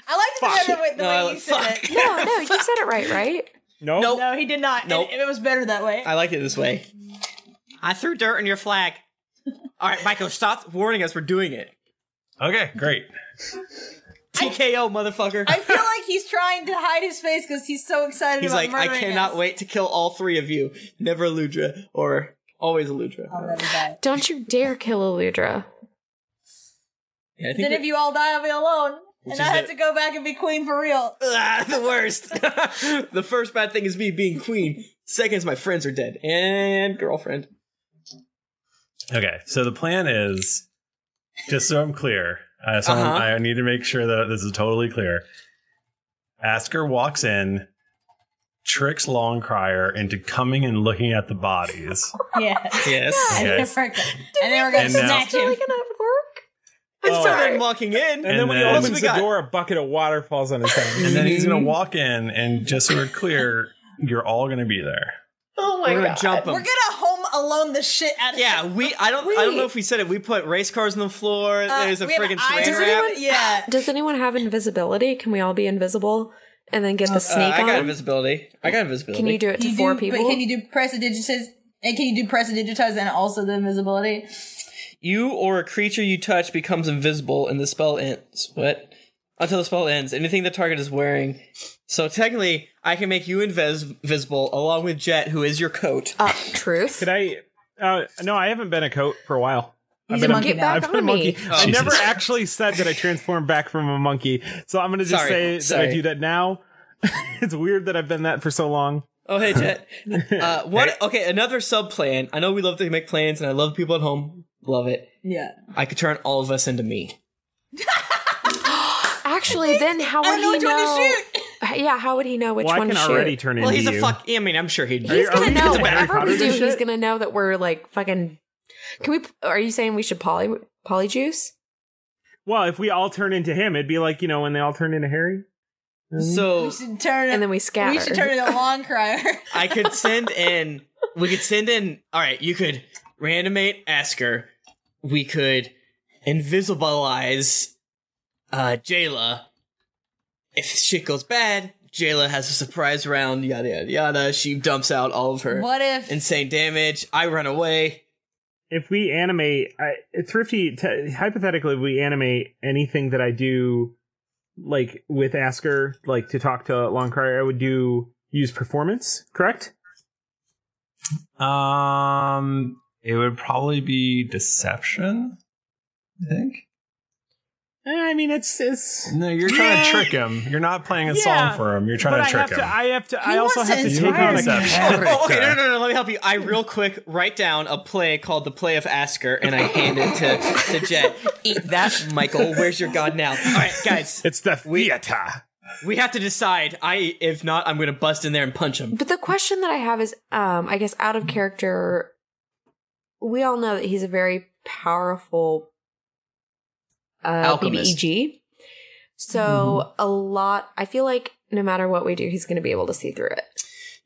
I like the, way, the
No,
way you said it.
No, no, you said it right, right?
No,
no, he did not.
Nope.
It, it was better that way.
I like it this way. I threw dirt in your flag. All right, Michael, stop warning us. We're doing it.
Okay, great.
TKO, motherfucker.
I feel like he's trying to hide his face because he's so excited
He's
about
like, I
murdering
cannot
us.
wait to kill all three of you. Never Aludra, or always Aludra.
Oh,
Don't you dare kill Aludra.
Yeah, I think
Then if you all die, I'll be alone.
Which
and
is
I have
it.
to go back and be queen for real.
Ah, the worst. the first bad thing is me being queen. Second is my friends are dead and girlfriend.
Okay, so the plan is just so I'm clear. Uh, so I'm-
Uh-huh.
I need to make sure that this is totally clear. Asker walks in, tricks Longcrier into coming and looking at the bodies.
Yeah.
Yes. Yes.
And then we're gonna
And now-
snatch him.
I
Oh.
started walking in, and,
And
then
then
we
then-
opens
opens
we
the
got
door.
Or a bucket of water falls on his head.
And then he's going to walk in, and just so we're clear, you're all going to be there.
Oh
my We're gonna God. jump him.
We're gonna home alone the shit out of
Yeah,
him.
we. I don't. I don't know if we said it. We put race cars on the floor.
Uh,
There's a
we have an
friggin'
eye-
saran
Does
wrap.
anyone- Yeah.
Does anyone have invisibility? Can we all be invisible and then get the
Uh,
sneak
I got
on?
invisibility. I got invisibility.
Can you do it to
You
four
do-
people?
But can you do press digitize? And can you do press digitize and also the invisibility?
You or a creature you touch becomes invisible, and the spell ends. What? Until the spell ends, anything the target is wearing. So technically, I can make you invisible along with Jet, who is your coat.
Uh, truth.
Could I? Uh, no, I haven't been a coat for a while.
He's
I've been
a monkey. Get back
I've been a
on
monkey.
me.
Oh,
I
Jesus.
never actually said that I transformed back from a monkey, so I'm going to just
Sorry.
say that
Sorry.
I do that now. it's weird that I've been that for so long.
Oh hey Jet. uh, what? Okay, another sub plan. I know we love to make plans, and I love people at home. Love it.
Yeah.
I could turn all of us into me.
Actually, then how would he know? Yeah, how would he know which
Well, I
one
can
to
already
shoot?
turn Well, he's a fuck. I mean, I'm sure he'd.
He's gonna know
It's a Harry
whatever
Potter
we do.
shit.
He's gonna know that we're like fucking. Can we? Are you saying we should poly polyjuice?
Well, if we all turn into him, it'd be like you know when they all turned into Harry.
So
should turn
and then we scatter.
We should turn it a long crier.
I could send in. We could send in. All right, you could randomate Asker. We could invisibilize uh, Jayla. If shit goes bad, Jayla has a surprise round. Yada yada yada. She dumps out all of her.
What if-
insane damage? I run away.
if we animate I, thrifty t- hypothetically if we animate anything that i do like with asker like to talk to longcry i would do use performance correct
Um, it would probably be deception. I think.
Eh, i mean it's it's
No, you're trying to trick him. You're not playing a
Yeah,
song for him. You're trying to
but I
trick
have
him.
to- I have to.
He
I also
wants
have to
to
take
inspire
on a
me.
Oh, okay, no, no, no, no. Let me help you. I real quick write down a play called "The Play of Asker" and I hand it to to Jet. Eat that, Michael. Where's your god now? All right, guys.
It's the theater.
We have to decide. I, if not, I'm going to bust in there and punch him.
But the question that I have is, um, I guess out of character, we all know that he's a very powerful uh,
Alchemist. Mm-hmm.
BBEG. So a lot. I feel like no matter what we do, he's going to be able to see through it.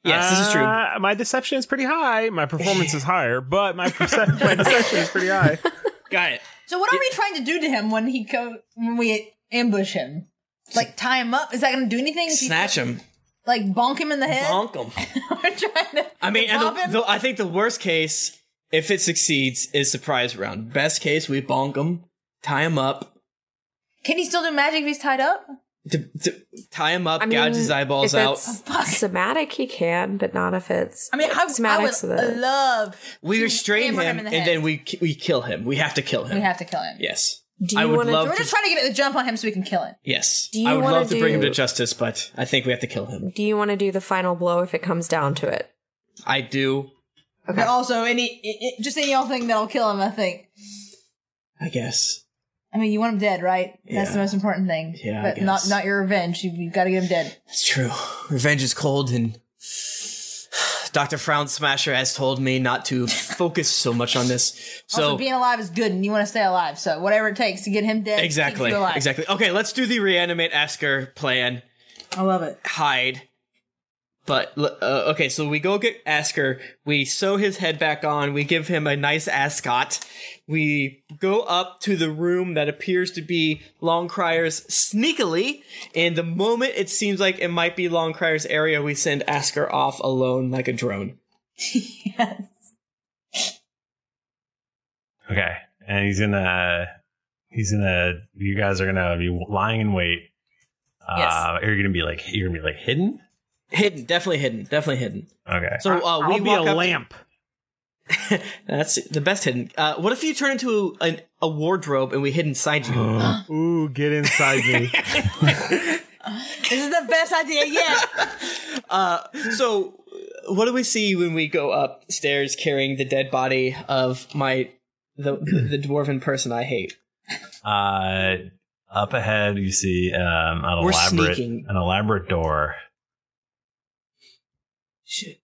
Yes, this is true.
Uh, my deception is pretty high. My performance is higher, but my, perce- my deception is pretty high.
Got it.
So what are we trying to do to him when he co- when we ambush him? Like tie him up? Is that going to do anything? If you-
Snatch him.
Like bonk him in the head?
Bonk him.
We're trying to.
I mean, and
Bob him?
the, the, I think the worst case, if it succeeds, is surprise round. Best case, we bonk him, tie him up,
Can he still do magic if he's tied up? Oh,
tie him up, gouge his eyeballs
if
out.
It's somatic, he can, but not if it's.
I mean, I, I
somatic.
would love.
We restrain him,
hammer him in the
and
head.
then we we kill him. We have to kill him.
We have to kill him.
Yes.
Do
I
you
would
wanna-
love
We're
to.
just trying to get the jump on him so we can kill him.
yes.
Do you
I would
wanna
love to bring him to
do-
justice, but I think we have to kill him.
do you want to do the final blow if it comes down to it?
I do,
But also, any i- i- just any old thing that'll kill him. I think.
I guess.
I mean, you want him dead, right? That's the
Yeah.
most important thing.
Yeah, I
but not
guess.
not your revenge. You, you've got to get him dead.
It's true. Revenge is cold, and Dr. Frown Smasher has told me not to focus so much on this.
also,
So,
being alive is good, and you want to stay alive. So whatever it takes to get him dead. keeps
exactly.
you alive.
Exactly. Okay, let's do the reanimate Asker plan.
I love it.
hide. But l- uh, okay, so we go get Asker. We sew his head back on. We give him a nice ascot. We go up to the room that appears to be Longcrier's sneakily. And the moment it seems like it might be Longcrier's area, we send Asker off alone like a drone.
Okay, and he's gonna he's gonna you guys are gonna be lying in wait. Uh, you're gonna be like you're gonna be like hidden.
Hidden, definitely hidden, definitely hidden.
Okay.
So uh, we
I'll be
walk
a
up lamp. That's the best hidden. Uh, what if you turn into an, a wardrobe and we hid inside you?
Ooh, get inside me.
This is the best idea yet.
Uh, so, uh, what do we see when we go upstairs carrying the dead body of my the the dwarven person I hate?
Uh, up ahead, you see um, an
We're
elaborate
sneaking.
an elaborate door.
Shit.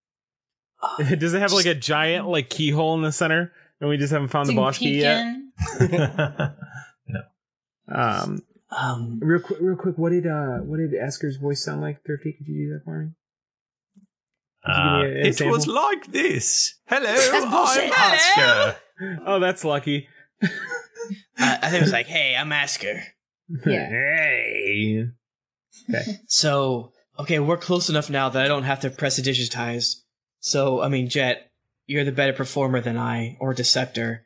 Does it have like a giant like keyhole in the center, and we just haven't found the Bosch key yet? Um,
um,
real quick, real quick. What did uh, what did Asker's voice sound like? Thrifty, could you do that for me? Could you give
Uh,
me an
it
example?
was like this. Hello,
That's bullshit.
I'm Oscar.
Oh, that's lucky.
Uh, I think it was like, "Hey, I'm Asker."
Yeah.
Hey. Okay. So, okay, we're close enough now that I don't have to press the digitize. So, I mean, Jet, you're the better performer than I, or Deceptor.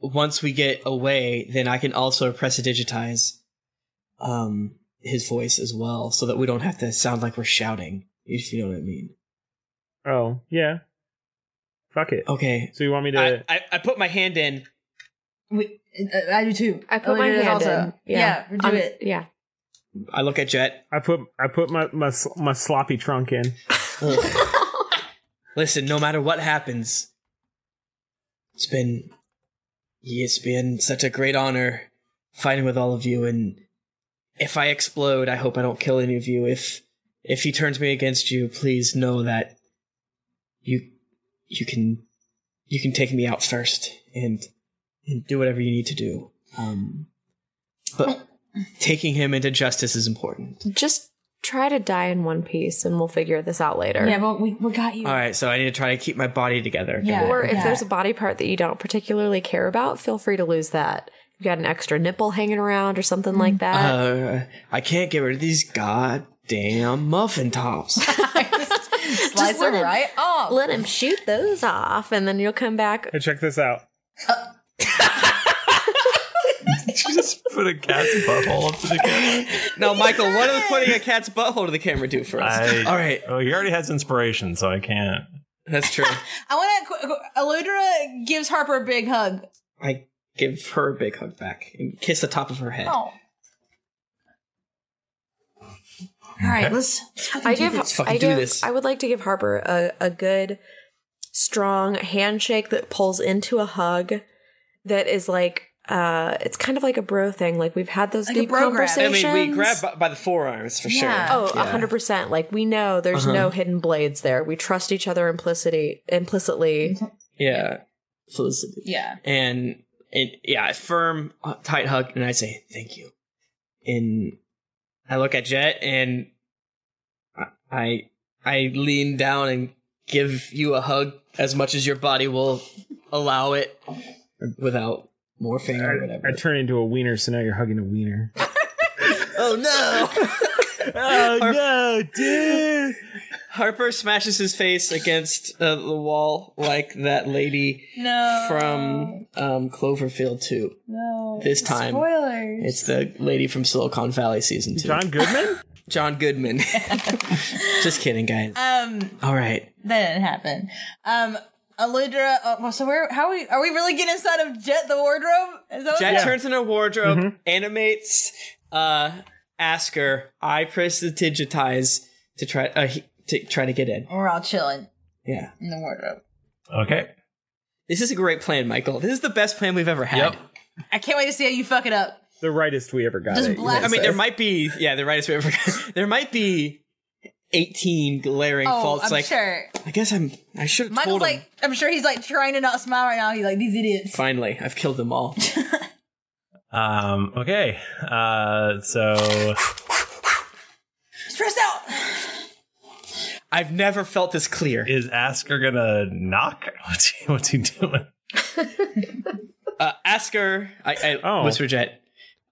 Once we get away, then I can also press the digitize um, his voice as well, so that we don't have to sound like we're shouting, if you know what I mean.
Oh yeah. Fuck it.
Okay.
So you want me to?
I, I put my hand in.
We, uh, I do too.
I put my hand in. Yeah.
do
On-
it.
Yeah.
I look at Jet.
I put I put my my, sl- my sloppy trunk in.
Listen, no matter what happens, it's been it's been such a great honor fighting with all of you and if I explode, I hope I don't kill any of you. If if he turns me against you, please know that you you can you can take me out first and and do whatever you need to do. Um but taking him into justice is important.
Just try to die in one piece and we'll figure this out later.
Yeah, but we, we got you.
All right, so I need to try to keep my body together.
or if there's a body part that you don't particularly care about, feel free to lose that. You got an extra nipple hanging around or something
Mm.
like that.
Uh, I can't get rid of these goddamn muffin tops.
Just let him, right off. Let him shoot those off, and then you'll come back.
Hey, check this out.
just put a cat's butthole up to the camera.
now, Michael, what does putting a cat's butthole to the camera do for us?
I,
All right.
Oh, he already has inspiration, so I can't.
That's true.
I want to. Eludra gives Harper a big hug.
I give her a big hug back and kiss the top of her head.
Oh,
All right,
let's fucking
I
do
give.
this. Let's fucking
I
do
give.
this.
I would like to give Harper a, a good, strong handshake that pulls into a hug, that is like. Uh, it's kind of like a bro thing. Like we've had those deep conversations.
I mean, we grab by, by the forearms for sure.
Oh,
Yeah.
100%. Like we know there's
Uh-huh.
no hidden blades there. We trust each other implicitly. implicitly.
Yeah. Felicity.
Yeah.
And, and yeah, a firm, uh, tight hug, and I say, thank you. And I look at Jet and I- I I lean down and give you a hug as much as your body will allow it without morphing or whatever.
I turn into a wiener, so now you're hugging a wiener.
Oh no! oh no, dude! Harper smashes his face against uh, the wall like that lady
No.
from um, Cloverfield 2.
No.
This time,
Spoilers.
It's the lady from Silicon Valley season 2.
John Goodman?
John Goodman. Just kidding, guys.
Um,
All right.
that didn't happen. Um, Eludra. Uh, well, so where? How are we? Are we really getting inside of Jet the wardrobe? Is that what-
Jet turns in her wardrobe,
Mm-hmm.
animates uh, Asker. I press the digitize to try uh, he- to try to get in.
We're all chilling
Yeah.
in the wardrobe.
Okay.
This is a great plan, Michael. This is the best plan we've ever had.
I can't wait to see how you fuck it up.
The rightest we ever got.
Just
it.
blast
I mean, there might be yeah, the rightest way ever. there might be eighteen glaring
oh,
faults.
I'm
like
sure.
I guess I'm. I should have
Michael's
told him.
like, I'm sure he's like trying to not smile right now. He's like, these idiots.
Finally, I've killed them all.
Um. Okay. Uh. So.
Stressed out.
I've never felt this clear.
Is Asker gonna knock? What's he, what's he doing?
Uh, Asker, I, I
Oh.
whisper Jet.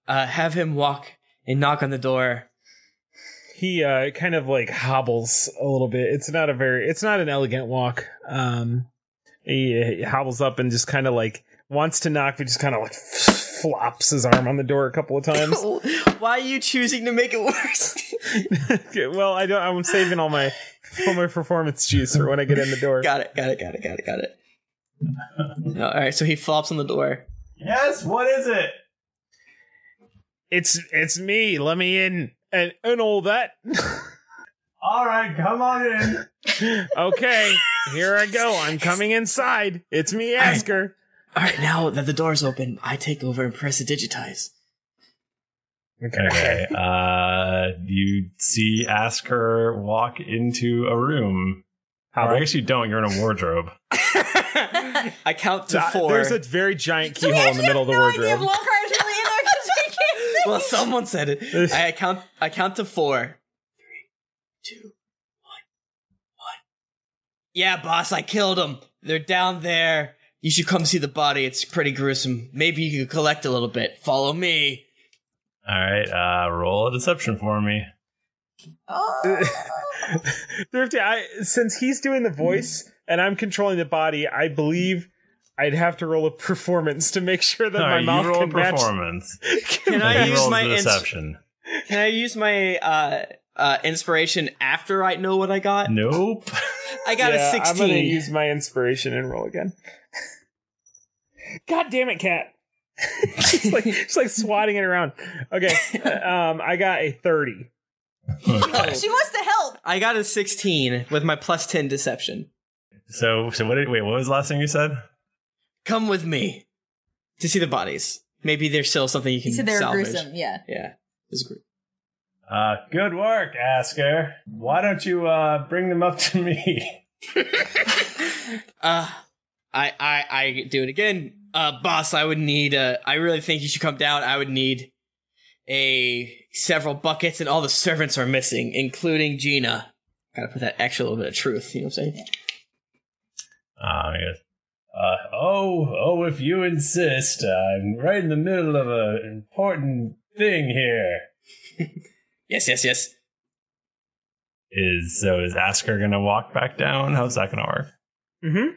Uh, have him walk and knock on the door.
He uh, kind of like hobbles a little bit. It's not a very. It's not an elegant walk. Um, He, he hobbles up and just kind of like wants to knock, but just kind of like flops his arm on the door a couple of times.
Oh. Why are you choosing to make it worse?
Okay, well, I don't. I'm saving all my all my performance juice for when I get in the door.
got it. Got it. Got it. Got it. Got it. No, all right. Oh, So he flops on the door.
Yes. What is it? It's it's me. Let me in and and all that.
All right, come on in.
okay, here I go. I'm coming inside. It's me, Asker.
All right. Now that the door's open, I take over and press the digitize.
Okay. Uh, you see Asker walk into a room. Or I guess you don't. You're in a wardrobe.
I count to
Uh,
four.
There's a very giant keyhole in the middle of the wardrobe.
really in there because we can't see.
well, someone said it. I count. I count to four. Three, two, one, one. Yeah, boss, I killed them. They're down there. You should come see the body. It's pretty gruesome. Maybe you could collect a little bit. Follow me.
All right. Uh, roll a deception for me.
Thrifty, I, since he's doing the voice and I'm controlling the body, I believe I'd have to roll a performance to make sure that
All
my
right, you
mouth
roll
can
a
match-
performance.
Can I
You
use
roll
my
the
ins-
deception?
Can I use my uh, uh, inspiration after I know what I got?
Nope.
I got a
Yeah, I'm gonna
16.
use my inspiration and roll again. God damn it, cat! she's like she's like swatting it around. Okay, um, I got a thirty.
Oh.
She wants to help.
I got a 16 with my plus 10 deception.
So, so what? Did, wait, what was the last thing you said?
Come with me to see the bodies. Maybe there's still something you
He
can
said they were
salvage.
gruesome. Yeah.
Yeah, this group.
Uh, good work, Asker. Why don't you uh, bring them up to me?
Uh, I, I, I do it again. Uh, boss, I would need, uh, I really think you should come down. I would need a several buckets and all the servants are missing, including Gina. Gotta put that extra little bit of truth. You know what I'm saying?
Uh, yes. uh, oh, oh, if you insist, I'm right in the middle of an important thing here.
Yes, yes, yes.
Is so is Asker gonna walk back down? How's that gonna work?
Mm-hmm.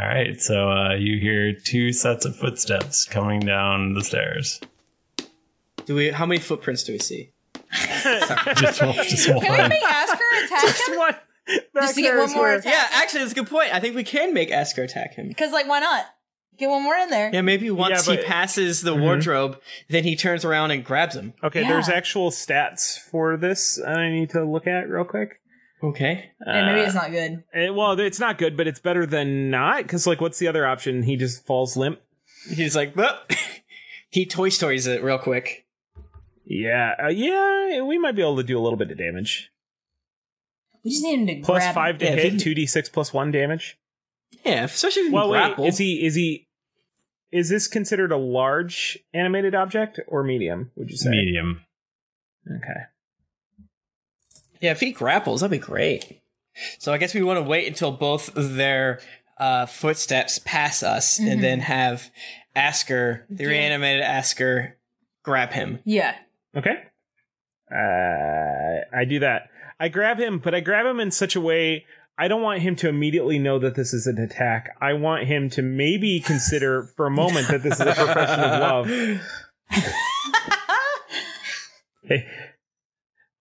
All right, so uh, you hear two sets of footsteps coming down the stairs.
Do we? How many footprints do we see?
Just one- just one.
Can we make Asker attack him? Just to get one more attack.
Yeah, actually, that's a good point. I think we can make Asker attack him.
Because, like, why not? Get one more in there.
Yeah, maybe once
Yeah,
he
but- Mm-hmm.
passes the wardrobe, then he turns around and grabs him.
Okay, there's actual stats for this I need to look at real quick.
Okay.
Yeah, maybe it's not good.
Eh, well, it's not good, but it's better than not. Because like, what's the other option? He just falls limp.
He's like, "Bup." he Toy Stories it real quick.
Yeah, uh, yeah, we might be able to do a little bit of damage.
We just need him to
Plus
grab
five to
him.
hit, two d six plus one damage.
Yeah, especially if
well,
grapple.
wait, is he is he is this considered a large animated object or medium? Would you say
medium?
Okay.
Yeah, if he grapples, that'd be great. So I guess we want to wait until both their uh, footsteps pass us,
Mhm.
and then have Asker, the reanimated Asker, grab him.
Yeah.
Okay. Uh, I do that. I grab him, but I grab him in such a way I don't want him to immediately know that this is an attack. I want him to maybe consider for a moment that this is a profession of love. Hey,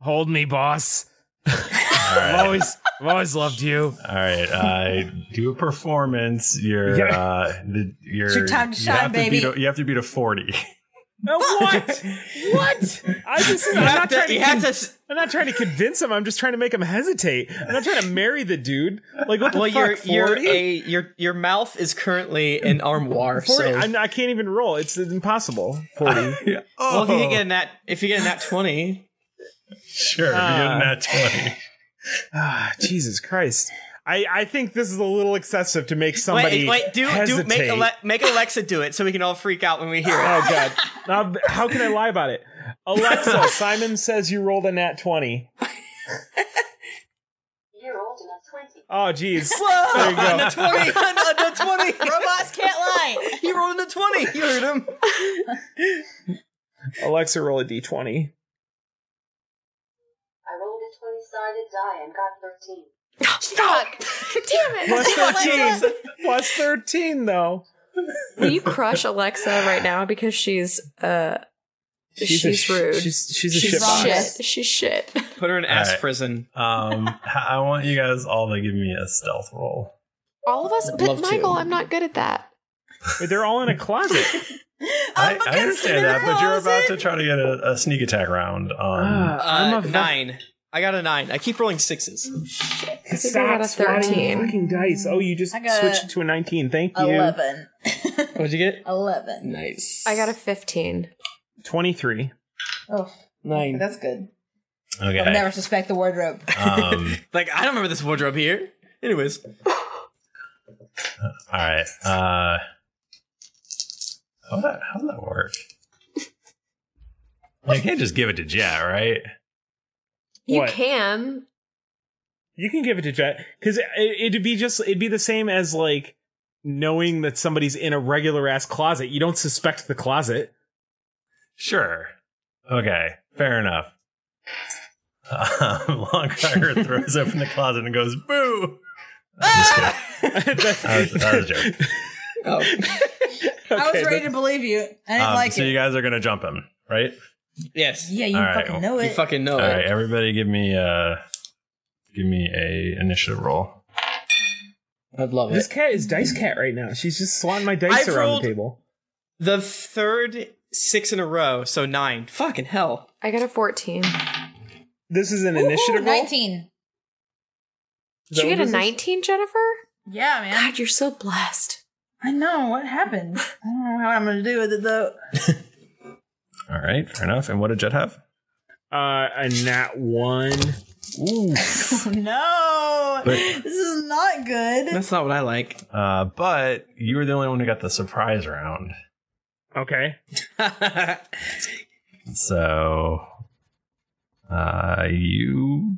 hold me, boss.
I've
always, I've always loved you.
All right, uh, do a performance. Your
Yeah.
uh, the, your
It's your time to
you
shine,
have
baby.
beat a- you have to beat a forty.
Uh, what? what? I just, I'm,
You have
not
to-
trying
you
to
have
con- I'm not trying to convince him. I'm just trying to make him hesitate. I'm not trying to marry the dude. Like, what the
well, your
fuck?
your
40?
a your your mouth is currently an armoire.
40?
So
I'm- I can't even roll. It's impossible. Oh. 40.
well, if you get a nat if you get a nat twenty,
sure,
Ah.
twenty.
Ah, Jesus Christ. I, I think this is a little excessive to make somebody
wait, wait, do do make
hesitate.
Ale- make Alexa do it so we can all freak out when we hear it.
Oh god. Now, how can I lie about it? Alexa, Simon says you rolled a nat 20.
You're old enough 20.
Oh jeez.
Whoa!
There you go.
Nat 20! Nat 20!
Robots can't lie.
He rolled a 20. You heard him.
Alexa, roll a d20.
I rolled a 20 sided die and got 13.
Fuck! Damn it!
Plus
Alexa.
13. Plus 13, though.
Will you crush Alexa right now because she's uh she's,
She's a sh-
rude.
she's- she's
a shitbox.
shit. She's shit.
Put her in
All
S
right.
prison.
Um, h- I want you guys all to give me a stealth roll.
All of us, but
Love to.
Michael, I'm not good at that.
They're all in a closet.
I, I understand that, but you're about to try to get a, a sneak attack round. Um,
Ah.
Uh, nine. I got a nine. I keep rolling sixes.
Oh,
I think I got a
Stop swatting
13.
Fucking dice. Oh, you just
I got
switched it to a 19. Thank you.
11.
What'd you get?
11.
Nice.
I got a 15.
23.
Oh,
Nine.
that's good.
Okay.
I'll never suspect the wardrobe.
Um,
like I don't remember this wardrobe here. Anyways,
all right. Uh, how, that, how did that work? You can't just give it to Jet, right?
You
What?
can.
You can give it to Jet because it, would be just it'd be the same as like knowing that somebody's in a regular ass closet. You don't suspect the closet.
Sure. Okay, fair enough. Um, Longcryer throws open the closet and goes, boo! That was, that was a joke.
I was
Okay,
ready
that-
to believe you. I didn't
Um,
like
so
it.
you guys are going to jump him, right?
yes.
Yeah, you
All right,
fucking
well,
know it.
All right, everybody, give me a give me a initiative roll.
I'd love
This cat is dice cat right now. She's just swatting my dice
I've
around
rolled-
the table.
the third six in a row, so nine. Fucking hell.
I got a 14.
This is an initiative roll.
19.
Did you get a 19, Jennifer?
Yeah, man.
God, you're so blessed.
I know. What happened? I don't know how I'm going to do with it, though.
All right, fair enough. And what did Jet have?
Uh, a nat one. Ooh.
no.
But-
This is not good.
That's not what I like.
Uh, but you were the only one who got the surprise round.
Okay.
So uh, you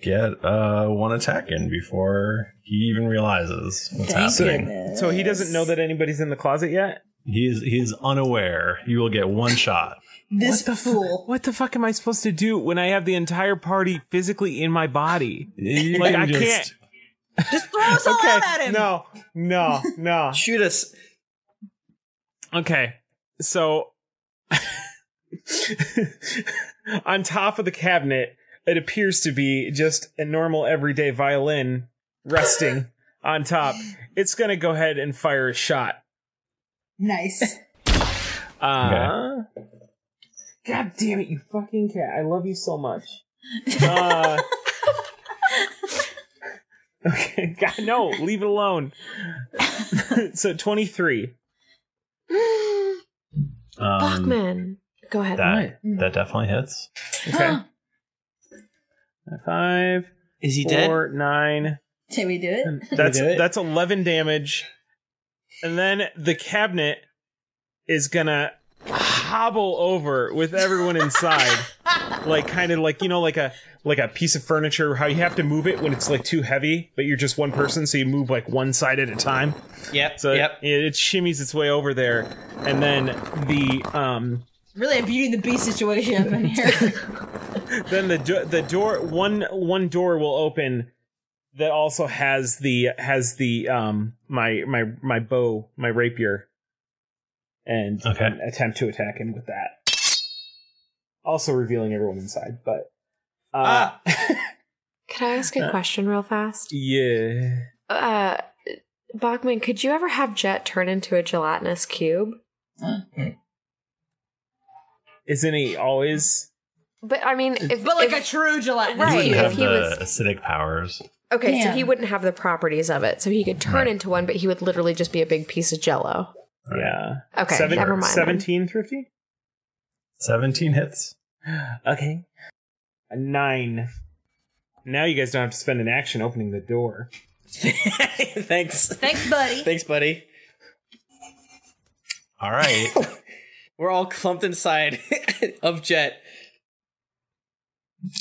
get uh, one attack in before he even realizes what's happening.
So he doesn't know that anybody's in the closet yet.
He is he is unaware. You will get one shot.
This
fool. what the fuck am I supposed to do when I have the entire party physically in my body?
You
like
can
I
just-
can't.
Just throw us
okay.
all out at him.
No, no, no.
Shoot us.
Okay, so on top of the cabinet, it appears to be just a normal everyday violin resting on top. It's gonna go ahead and fire a shot.
Nice.
Uh, God damn it, you fucking cat! I love you so much. Uh, okay, God, no, leave it alone. so twenty three.
Um,
Bachman. Go ahead.
That, that definitely hits.
Okay. Five.
Is
he dead?
four, Nine.
Did we do it?
That's
it.
that's eleven damage, and then the cabinet is gonna hobble over with everyone inside, like kind of like you know like a like a piece of furniture how you have to move it when it's like too heavy, but you're just one person, so you move like one side at a time.
Yep.
So it, it shimmies its way over there, and then the um
Really a Beauty and the Beast situation up in here.
then the do- the door one one door will open that also has the has the um my my my bow my rapier and and attempt to attack him with that also revealing everyone inside but uh
Can I ask a question real fast?
yeah
Uh, Bachman, could you ever have Jet turn into a gelatinous cube?
isn't he always
But I mean, if
But like
if-
a true gelatinous
He
right?
wouldn't
If
have
he
the
was
acidic powers.
okay, so
Yeah.
he wouldn't have the properties of it, so he could turn
Right.
into one, but he would literally just be a big piece of Jello.
yeah
Okay,
Seven-
never mind.
17 thrifty
17 hits
okay a nine now you guys don't have to spend an action opening the door
Thanks.
Thanks, buddy.
Thanks, buddy.
All right.
We're all clumped inside of Jet.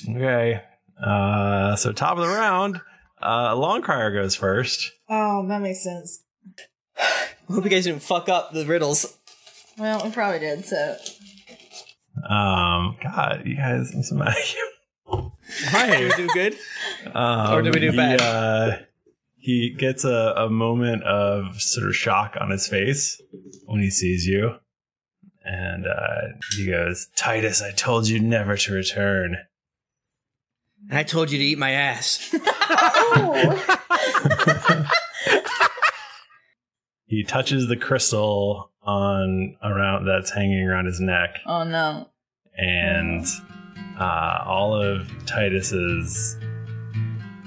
Okay. Uh, so top of the round, uh, Longcrier goes first.
oh, that makes sense.
Hope you guys didn't fuck up the riddles.
Well, we probably did, so.
Um, God, you guys, I'm so mad at you.
do we do good?
Um,
Or do we do bad?
He, uh, he gets a, a moment of sort of shock on his face when he sees you. And uh, he goes, Titus, I told you never to return.
And I told you to eat my ass.
Oh.
He touches the crystal on around that's hanging around his neck.
Oh no.
and uh, all of Titus's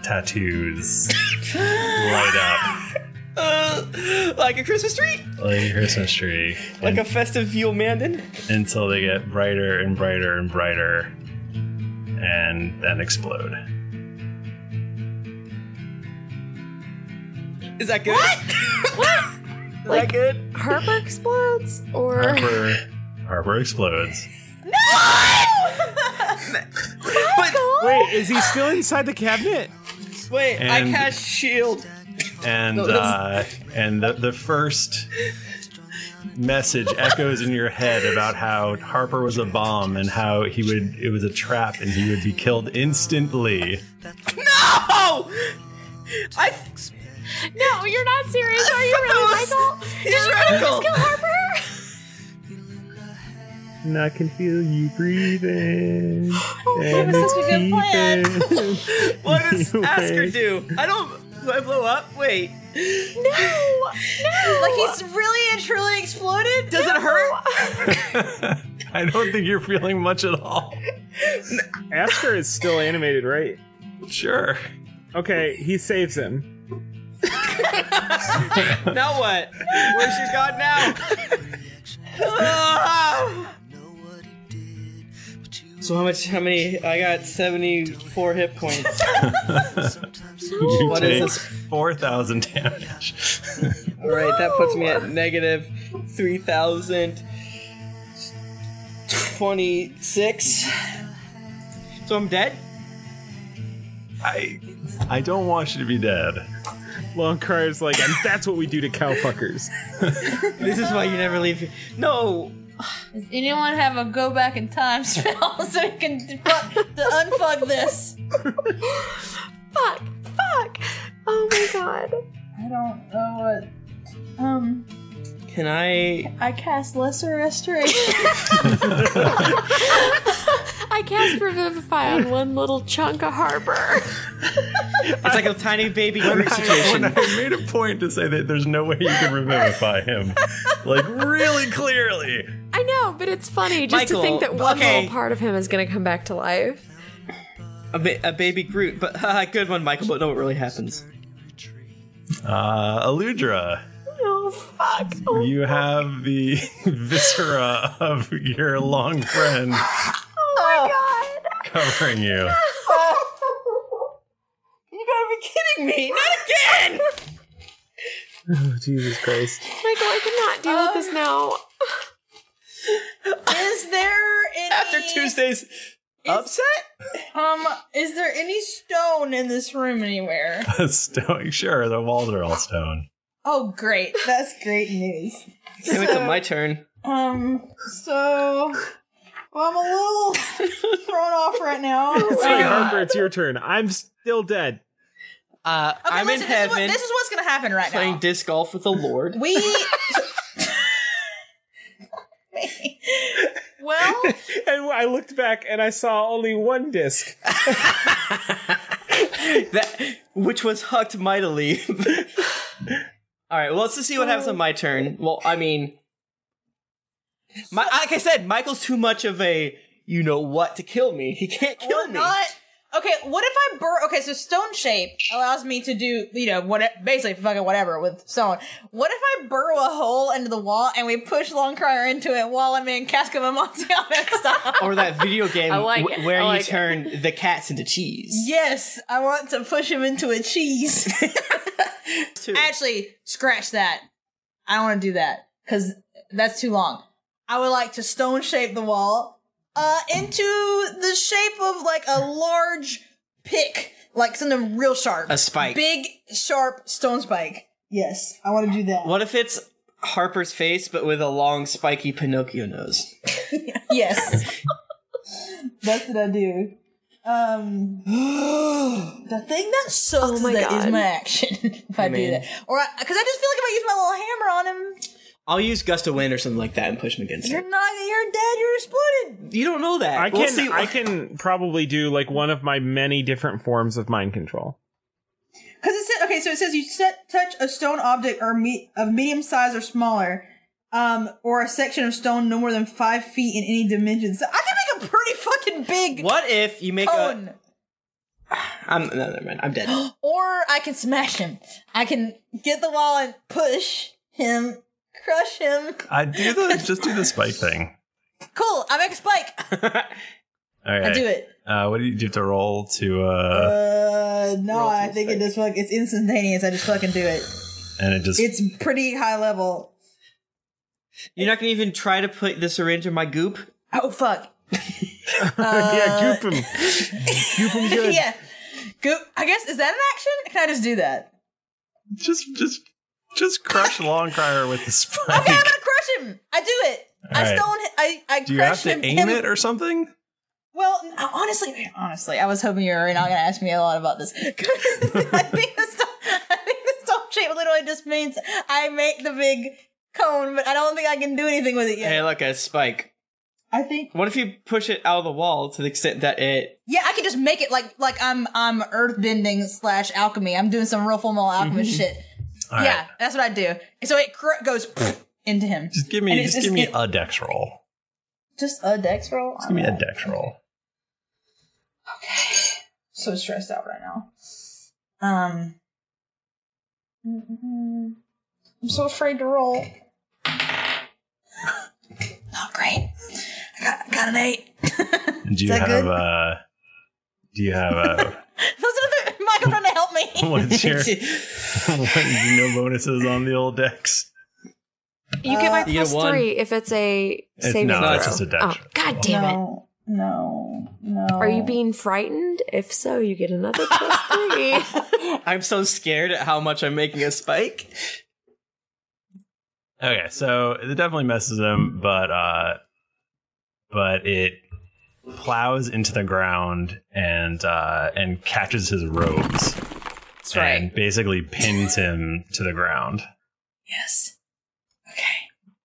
tattoos light
Uh, like a Christmas tree?
up like a Christmas tree
Like a festive Yule Mandan?
until they get brighter and brighter and brighter and then explode.
Is that good? What?
Is like, that good? Harper explodes or
Harper, Harper explodes.
Wait, is he still inside the cabinet?
Wait,
I And- cast
shield.
And
No, that's-
uh, and the, the first message echoes in your head about how Harper was a bomb and how he would it was a trap and he would be killed instantly.
No! I.
No, you're not serious, are you, really, Michael?
He's
Just kill Harper.
And I can feel you breathing.
Oh, that
and
was
it's
such a good plan.
keeping
What does
you
Asker
awake.
do? I don't. Do I blow up? Wait.
No, no. Like he's really and truly exploded.
Does it hurt?
I don't think you're feeling much at all.
Asker is still animated, right?
Sure.
Okay, he saves him.
now what? Where's your god now? Ah! so how much? How many? I got seventy-four hit points.
you
What is
take
this?
Four thousand damage.
All right, that puts me at negative three thousand twenty-six. So I'm dead.
I I don't want you to be dead.
Long Cryer's like, and that's what we do to cowfuckers.
this is why you never leave. No.
Does anyone have a go back in time spell so we can defuck, to unfuck this?
fuck, fuck. Oh my god.
I don't know what. Um,
Can I?
I cast lesser restoration.
I cast revivify on one little chunk of Harper.
It's like a tiny baby
When
Groot
I, when
situation.
I made a point to say that there's no way you can revivify him, like really clearly.
I know, but it's funny
just to think that one
okay.
little part of him is going to come back to life.
A, ba- a baby Groot, but good one, Michael. But no, it really happens.
Uh, Aludra,
Oh fuck.
you have the viscera of your long friend
Oh
covering you.
Oh. You gotta be kidding me! Not again!
Oh, Jesus Christ.
Michael, I cannot deal with this
Oh.
now.
Is there any
after Tuesday's upset?
um, is there any stone in this room anywhere?
stone. Sure, the walls are all stone.
Oh, great! That's great news.
Damn, it's my turn.
Um, so well, I'm a little thrown off right now.
Hey,
Uh,
Harper, it's your turn. I'm still dead.
Uh,
okay,
I'm
listen,
in
this is what-
heaven
This is what's gonna happen right
playing
now.
disc golf with the Lord.
We well,
And I looked back and I saw only one disc.
that, which was hucked mightily. All right, well, let's just see what happens on my turn. Well, I mean, my, like I said, Michael's too much of a you know what to kill me. He can't kill
we're
me.
not. Okay, what if I bur? Okay, so stone shape allows me to do you know what basically fucking whatever with stone. What if I burrow a hole into the wall and we push Longcrier into it while I'm in Casca Montiana style?
Or that video game
I like
wh-
it.
where
I
you
like it.
turn the cats into cheese.
Yes, I want to push him into a cheese. Actually, scratch that. I don't want to do that because that's too long. I would like to stone shape the wall uh, into the shape of like a large pick, like something real sharp.
A spike.
Big, sharp stone spike. Yes, I want to do that.
What if it's Harper's face, but with a long, spiky Pinocchio nose?
yes. that's what I do. Um, the thing that sucks
Oh my
is, that is
God.
my action. if I,
I
do
mean-
that, or because I, just feel like if I use my little hammer on him,
I'll use gust of wind or something like that and push him against it.
you're not, you're dead, you're exploded.
You don't know that.
I can
We'll see-
I can probably do like one of my many different forms of mind control.
Because it said okay, so it says you set, touch a stone object or me, of medium size or smaller, um, or a section of stone no more than five feet in any dimension. So I can make a pretty fucking big.
What if you make
cone.
a? I'm no, never mind. I'm dead.
or I can smash him. I can get the wall and push him, crush him.
I do the just do the spike thing.
Cool. I make a spike.
All right.
I do it.
Uh, what do you do you have to roll to? Uh,
Uh, no, I think it just fuck. It's instantaneous. I just fucking do it.
and it just
It's pretty high level.
You're not gonna even try to put this arrange in my goop.
Oh fuck. Uh,
yeah,
goop him.
goop him good.
yeah. Go. I guess is that an action? Can I just do that?
just just just crush Longcrier with the spike.
Okay, I'm gonna crush him. I do it. I
Alright.
stone. I I
do you have
crush
to
him.
aim
him-
it or something?
Well, n- uh, honestly, eh, honestly, I was hoping you were not going to ask me a lot about this. I think the stone, I think the stone shape literally just means I make the big cone, but I don't think I can do anything with it yet.
Hey, look, a spike.
I think.
What if you push it out of the wall to the extent that it?
Yeah, I can just make it like like I'm I'm earthbending slash alchemy. I'm doing some real formal alchemist
Mhm.
shit.
Mm-hmm. All right.
yeah, that's what I do. And so it cr- goes into him.
Just give
And
me
it's
just give me
it-
a dex roll.
just a dex roll.
Just give me a dex roll.
so stressed out right now. Um, mm, I'm so afraid to roll. Not Oh, great. I got, got an eight.
Do you
that
have
good?
uh do you have uh, a
Those are the Michael trying to help me.
what's your no bonuses on the old dex?
You get my
Uh, You get
plus
one.
three if it's a
It's-
saving
no,
throw.
it's just a dex
Oh, God damn
no, it. No, no.
Are you being frightened? If so, you get another plus three.
I'm so scared at how much I'm making a spike.
Okay, so it definitely messes him, but uh but it plows into the ground and uh and catches his robes. and basically pins him to the ground.
Yes.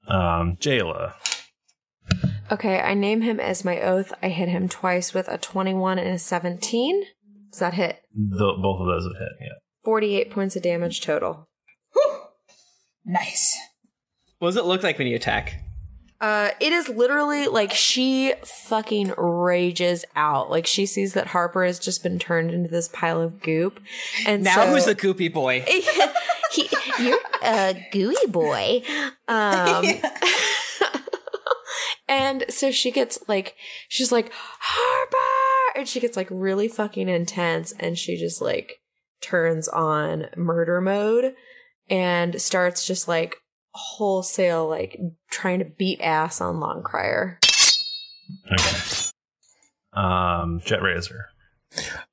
Um Jayla.
Okay, I name him as my oath. I hit him twice with a 21 and a 17. Does that hit?
The, both of those have hit, yeah.
48 points of damage total.
Nice.
What does it look like when you attack?
Uh, it is literally like she fucking rages out. Like she sees that Harper has just been turned into this pile of goop, and
now
so
who's the goopy boy?
he, you're a gooey boy. Um, and so she gets like, she's like, Harper! And she gets like really fucking intense and she just like turns on murder mode and starts just like wholesale, like trying to beat ass on Longcrier.
Okay. Um, Jet Razor.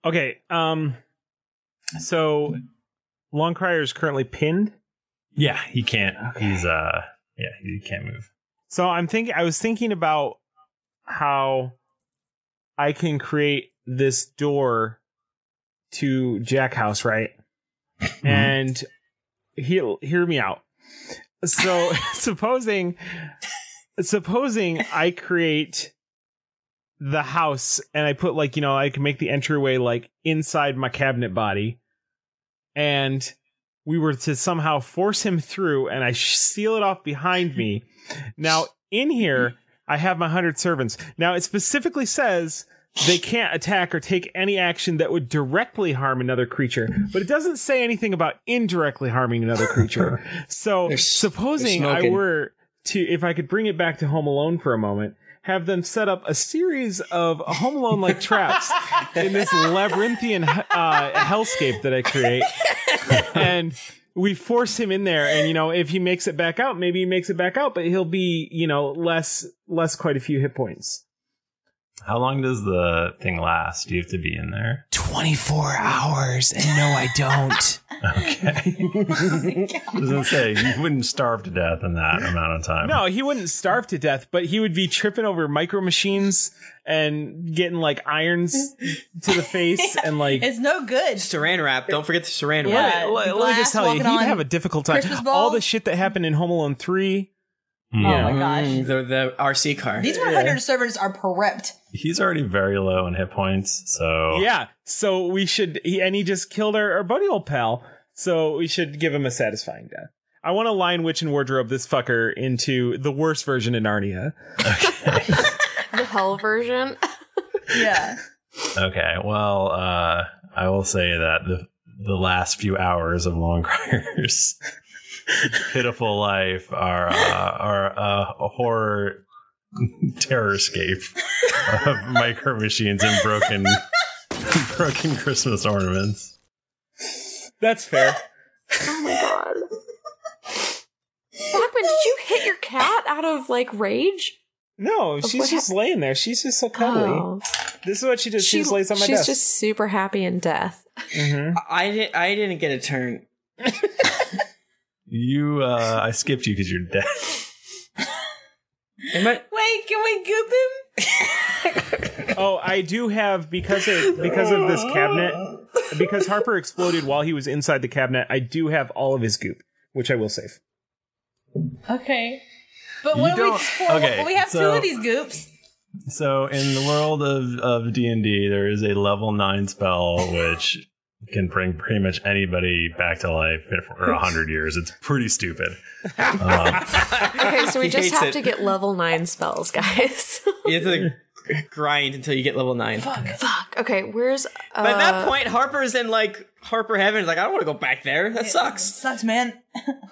Okay. Um. So, Longcrier is currently pinned.
Yeah, he can't. He's uh, yeah, he can't move.
So I'm thinking. I was thinking about how I can create this door to Jack House, right? And he'll hear me out. So supposing, supposing I create the house and I put like you know I can make the entryway like inside my cabinet body, and we were to somehow force him through and I sh- seal it off behind me. Now, in here, I have my hundred servants. Now, it specifically says they can't attack or take any action that would directly harm another creature, but it doesn't say anything about indirectly harming another creature. So, supposing
they're
I
smoking.
were to, if I could bring it back to Home Alone for a moment, have them set up a series of Home Alone like traps in this labyrinthian uh, hellscape that I create and we force him in there and you know if he makes it back out maybe he makes it back out but he'll be you know less less quite a few hit points
How long does the thing last? Do you have to be in there?
24 hours. And no, I don't.
I was gonna say you wouldn't starve to death in that amount of time.
No, he wouldn't starve to death, but he would be tripping over micro machines and getting like irons to the face and like
it's no good.
Saran wrap. Don't forget the saran
Let-
wrap.
let, let me just tell you, he'd have a difficult time.
Christmas
All the shit that happened in Home Alone three.
Oh my gosh.
the, the RC
Mm.
car.
These 100 servers are prepped.
He's already very low in hit points, so
Yeah, so we should, he, and he just killed our, our buddy old pal. So we should give him a satisfying death. I want to line witch and wardrobe this fucker into the worst version in Narnia.
the hell version.
yeah.
Okay, well, uh, I will say that the the last few hours of Longcrier's pitiful life are uh, are uh, a horror terrorscape of micro machines and broken broken Christmas ornaments.
That's fair.
Oh my god. Blackman, did you hit your cat out of like rage?
No,
Of
she's
what
just
hap-
laying there. She's just so cuddly.
Oh.
This is what she does. She,
She-
just lays on my
she's
desk.
just super happy in death.
Mm-hmm.
I didn't. I didn't get a turn.
You, uh, I skipped you because you're dead.
Wait, can we goop him?
oh, I do have because of because of this cabinet because Harper exploded while he was inside the cabinet. I do have all of his goop, which I will save.
Okay. But
You
what do we
don't-
for?
okay,
we have two
so-
of these goops.
So in the world of of D and D, there is a level nine spell which can bring pretty much anybody back to life for a hundred years. It's pretty stupid. Um,
Okay, so we
He
just
hates
have
it.
to get level nine spells, guys.
You have to grind until you get level nine.
Fuck. Okay, where's uh,
But at that point, Harper's in like Harper Heaven. He's like, I don't want to go back there. That sucks.
Sucks, man.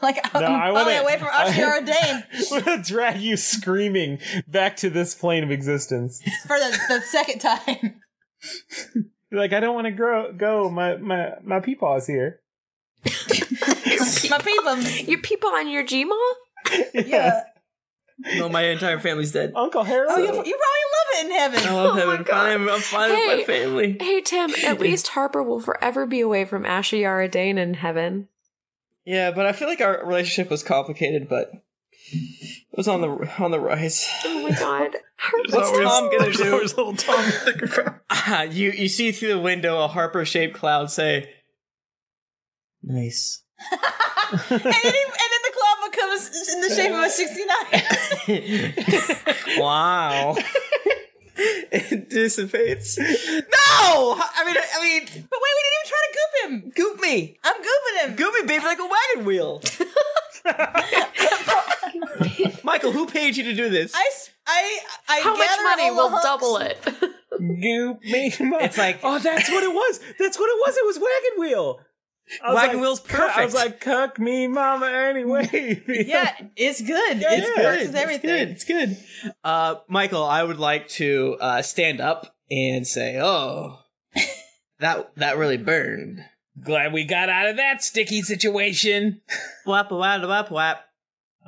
like I'm
Mm.
No, I
probably
wanna-
away from Ashira Dane
I'm gonna drag you screaming back to this plane of existence.
for the, the second time.
You're like I don't want to grow go. My my my peepaw is here.
My peepums.
Your people on your Gmail?
Yeah.
No, my entire family's dead.
Uncle Harold.
Oh, you, you probably love it in heaven.
I love heaven. Finally, I'm fine with my family.
Oh, Hey Tim, at least Harper will forever be away from Ashiara Dane in heaven.
Yeah, but I feel like our relationship was complicated, but it was on the on the rise.
Oh my god.
What's Tom gonna do?
little Tom
you you see through the window a Harper shaped cloud say, "Nice."
and, then he, and then the claw becomes in the shape of a 69.
Wow. it dissipates. No, I mean, I mean,
But wait, we didn't even try to goop him.
Goop me.
I'm gooping him.
Goop me, baby, like a wagon wheel. Michael, who paid you to do this?
I, s- I, I
How much
gather
money?
all the
We'll
hooks.
double it.
Goop me. It's
like
oh, that's what it was. That's what it was. It was wagon wheel. I was
Wagon
like,
wheel's
"Cuck-" I was
perfect.
like, "Cuck me, mama." Anyway,
Yeah, it's good.
Yeah,
it's
yeah.
good.
It's
It's everything.
It's good. It's good. Uh, Michael, I would like to uh, stand up and say, "Oh, that that really burned."
Glad we got out of that sticky situation.
Wap wap wap wap.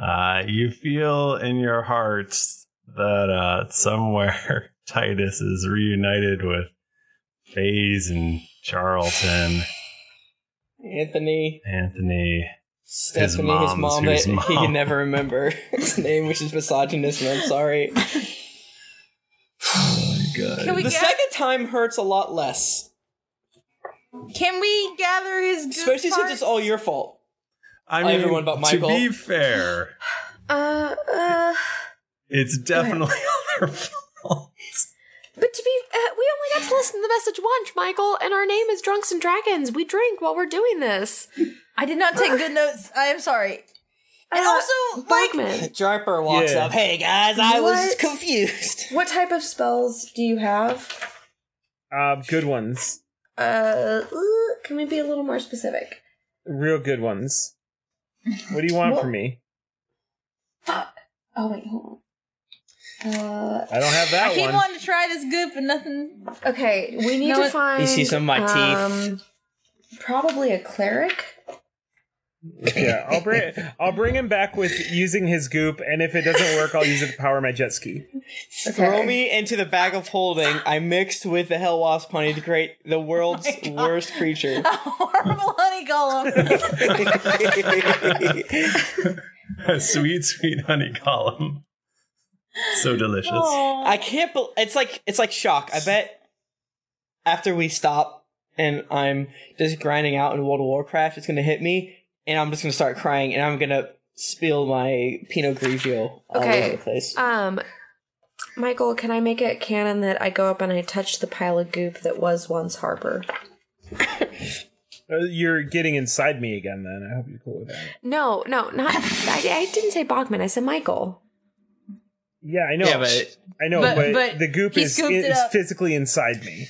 Uh, you feel in your hearts that uh, somewhere Titus is reunited with Faze and Charlton,
Anthony,
Anthony,
Stephanie, his
mom's
mom,
whose
that he
mom-
can never remember his name, which is misogynist, and I'm sorry.
Can we
the
get-
second time hurts a lot less,
Can we gather his goop
especially since
parts?
it's all your fault.
I
mean, Everyone but Michael.
To be fair,
Uh, uh,
it's definitely other
but to be, uh, we only got to listen to the message once, Michael, and our name is Drunks and Dragons. We drink while we're doing this.
I did not take good notes. I am sorry. And
Uh,
also, like,
Blackman.
Jarper walks
Yeah.
up. Hey guys, I was
What?
confused.
What type of spells do you have?
Uh, good ones,
Uh, can we be a little more specific?
real good ones. What do you want from me?
Oh wait, hold on. Uh,
I don't have that
I keep
one.
wanting to try this goop and nothing.
Okay, we need
No,
to
it-
find.
Um,
You see some of my teeth.
Um, probably a cleric.
yeah, I'll bring I'll bring him back with using his goop, and if it doesn't work, I'll use it to power my jet ski.
Throw me into the bag of holding. I mixed with the hell wasp honey to create the world's
Oh
worst creature.
Horrible honey golem.
A sweet, sweet honey column. So delicious.
I can't. Be- it's like it's like shock. I bet after we stop and I'm just grinding out in World of Warcraft, it's gonna hit me, and I'm just gonna start crying, and I'm gonna spill my Pinot Grigio all over the
Okay.
place.
Um, Michael, can I make it canon that I go up and I touch the pile of goop that was once Harper?
Uh, You're getting inside me again, then. I hope you're cool with that.
No, no, not. I, I didn't say Bogman. I said Michael.
Yeah, I know.
Yeah, but-
I know,
but-
but,
but
the goop
he
is,
scooped it
is
up.
physically inside me.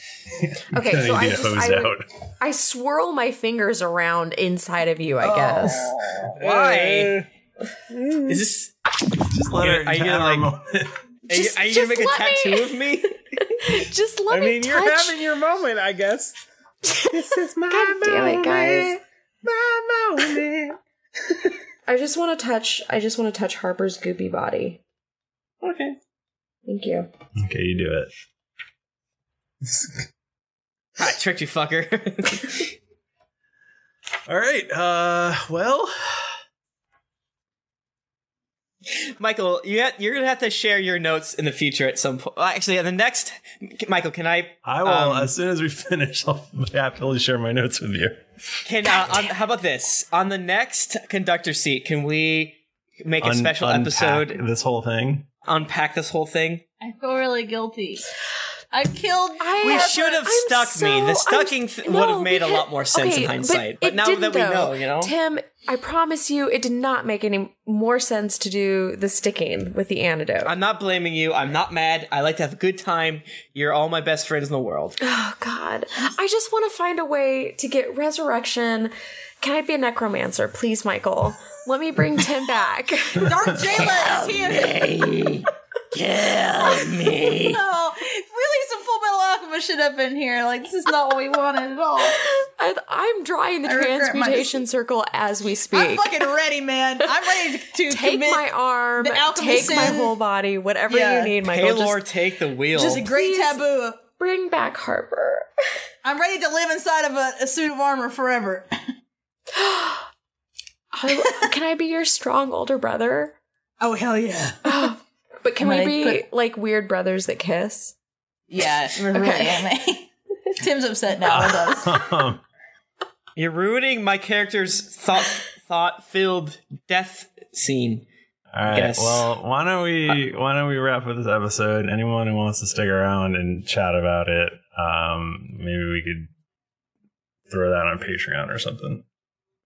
Okay, so I just I, would- I swirl my fingers around inside of you. I guess.
Oh.
Why?
Uh,
Is this?
Just let her.
Are you gonna like? Are you,
Just-
are you
just
gonna make a
let
tattoo
me-
of me?
just
let
I
me
mean, you're
touch-
having your moment, I guess.
this
is my
God damn it, guys.
My moment.
I just want to touch. I just want to touch Harper's goopy body.
Okay.
Thank you.
Okay, you do it.
I tricked you, fucker.
All right. Uh, well,
Michael, you ha- you're gonna have to share your notes in the future at some point. Actually, at the next, Michael, can I?
I will.
um,
as soon as we finish, I'll happily share my notes with you.
Can uh, on, how about this? On the next conductor seat, can we make a
Un-
special
unpack
episode?
This whole thing.
Unpack this whole thing.
I feel really guilty. I killed. I
we should have stuck me. The stucking th- would have made a lot more sense
okay,
in
but
hindsight. But,
it
now
didn't,
that we
though.
know, you know,
Tim, I promise you, it did not make any more sense to do the sticking with the antidote.
I'm not blaming you. I'm not mad. I like to have a good time. You're all my best friends in the world.
Oh God! I just want to find a way to get resurrection. Can I be a necromancer, please, Michael? Let me bring Tim back.
Dark Jayla is here.
Kill
no, really, some Full Metal Alchemist shit up in here. Like this is not what we wanted at all.
I, I'm drawing the
I regret my-
transmutation circle as we speak.
I'm fucking ready, man. I'm ready to
take
commit
my arm,
the alchemy
take my
sin.
whole body, whatever
Yeah.
you need, Michael.
Paylor,
just
take the wheel.
Just a great taboo.
Bring back Harper.
I'm ready to live inside of a, a suit of armor forever.
I- can I be your strong older brother? Oh,
Oh hell yeah!
but can
I'm
we
gonna
be like weird brothers that kiss?
Yeah, we're really anime. Tim's upset now with us.
You're ruining my character's thought thought filled death scene.
All right.
Yes. Uh,
Well, why don't we why don't we wrap up this episode? Anyone who wants to stick around and chat about it, um, maybe we could throw that on Patreon or something.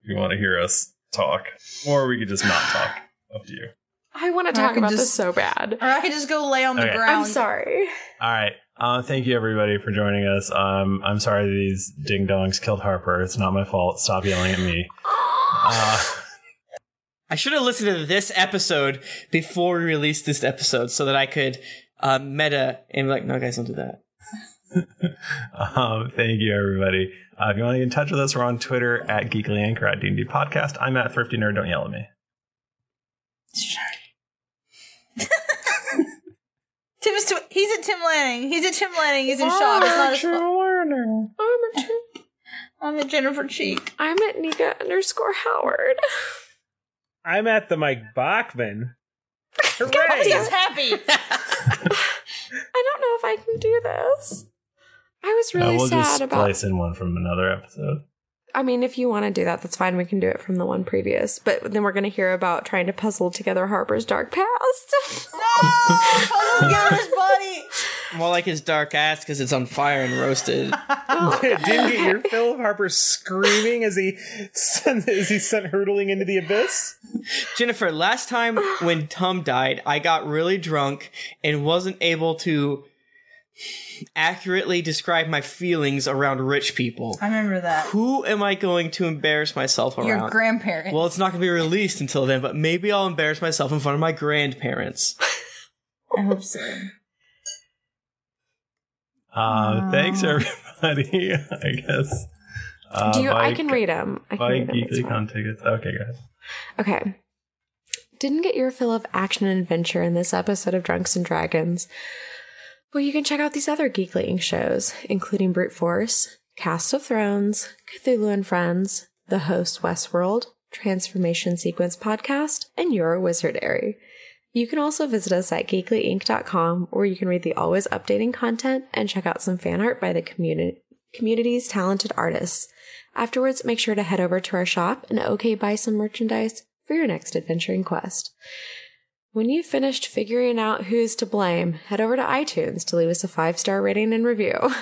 If you want to hear us talk, or we could just not talk. Up to you.
I want to
Or I
talk
could
about
just-
this so bad.
Or I could just go lay on the
Okay.
ground.
I'm
sorry.
All right. Uh, thank you everybody for joining us. Um, I'm sorry these ding dongs killed Harper. It's not my fault. Stop yelling at me. Uh,
I should have listened to this episode before we released this episode so that I could uh, meta and be like, no, guys, don't do that.
Um, thank you, everybody. Uh, if you want to get in touch with us, we're on Twitter at Geekly Anchor at D&D Podcast. I'm at Thrifty Nerd. Don't yell at me.
Tim is tw- he's at Tim Lanning. He's at Tim Lanning. He's in
Oh,
shock. It's not his
Tim
fault.
I'm a tr-
I'm at Jennifer Cheek.
I'm at Nika underscore Howard.
I'm at the Mike Bachman.
God damn
He's
it.
happy.
I don't know if I can do this. I was really
Uh, we'll
sad
just
about.
place in one from another episode.
I mean, if you want to do that, that's fine. We can do it from the one previous. But then we're going to hear about trying to puzzle together Harper's dark past.
Puzzle together his body.
More like his dark ass because it's on fire and roasted.
Oh,
Didn't get your fill of Harper screaming as he sent, as he sent hurtling into the abyss.
Jennifer, last time when Tom died, I got really drunk and wasn't able to accurately describe my feelings around rich people.
I remember that.
Who am I going to embarrass myself around?
Your grandparents.
Well, it's not going to be released until then, but maybe I'll embarrass myself in front of my grandparents.
I hope so.
Uh, Ah, Um, thanks, everybody. I guess. Uh,
Do you? I
by-
can read them. I can
by
read them. It's
Geekly
fine.
Con tickets. Okay, go ahead.
Okay. Didn't get your fill of action and adventure in this episode of Drunks and Dragons. Well, you can check out these other Geekly Inc. shows, including Brute Force, Cast of Thrones, Cthulhu and Friends, The Host Westworld, Transformation Sequence Podcast, and Your Wizardary. You can also visit us at geeklyinc.com where you can read the always updating content and check out some fan art by the communi- community's talented artists. Afterwards, make sure to head over to our shop and OK buy some merchandise for your next adventuring quest. When you've finished figuring out who's to blame, head over to iTunes to leave us a five-star rating and review.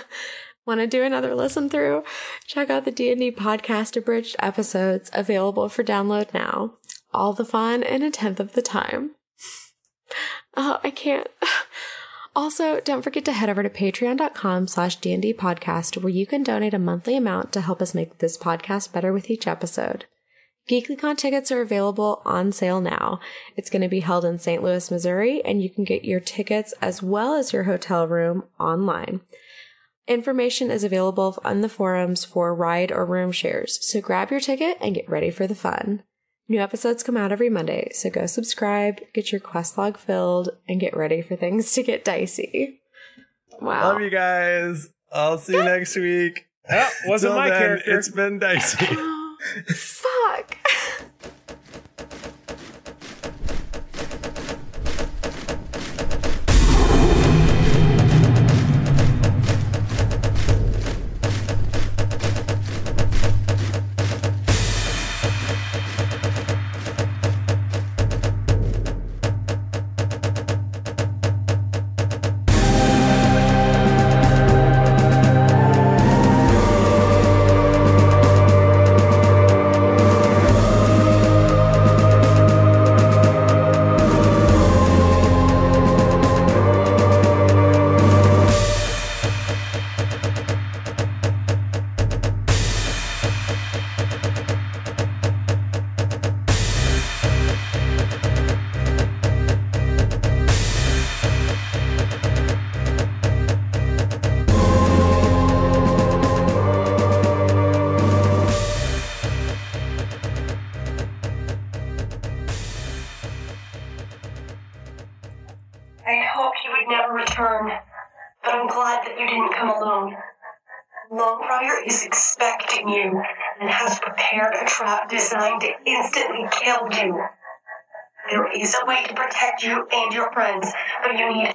Want to do another listen through? Check out the D&D podcast abridged episodes available for download now. All the fun in a tenth of the time. Oh, I can't. Also, don't forget to head over to patreon.com slash D&D podcast where you can donate a monthly amount to help us make this podcast better with each episode. GeeklyCon tickets are available on sale now. It's going to be held in St. Louis, Missouri, and you can get your tickets as well as your hotel room online. Information is available on the forums for ride or room shares, so grab your ticket and get ready for the fun. New episodes come out every Monday, so go subscribe, get your quest log filled, and get ready for things to get dicey. Wow.
Love you guys. I'll see you next week.
wasn't
Till
my
then,
character.
It's been dicey.
Fuck.
I hoped you would never return, but I'm glad that you didn't come alone. Longprior is expecting you and has prepared a trap designed to instantly kill you. There is a way to protect you and your friends, but you need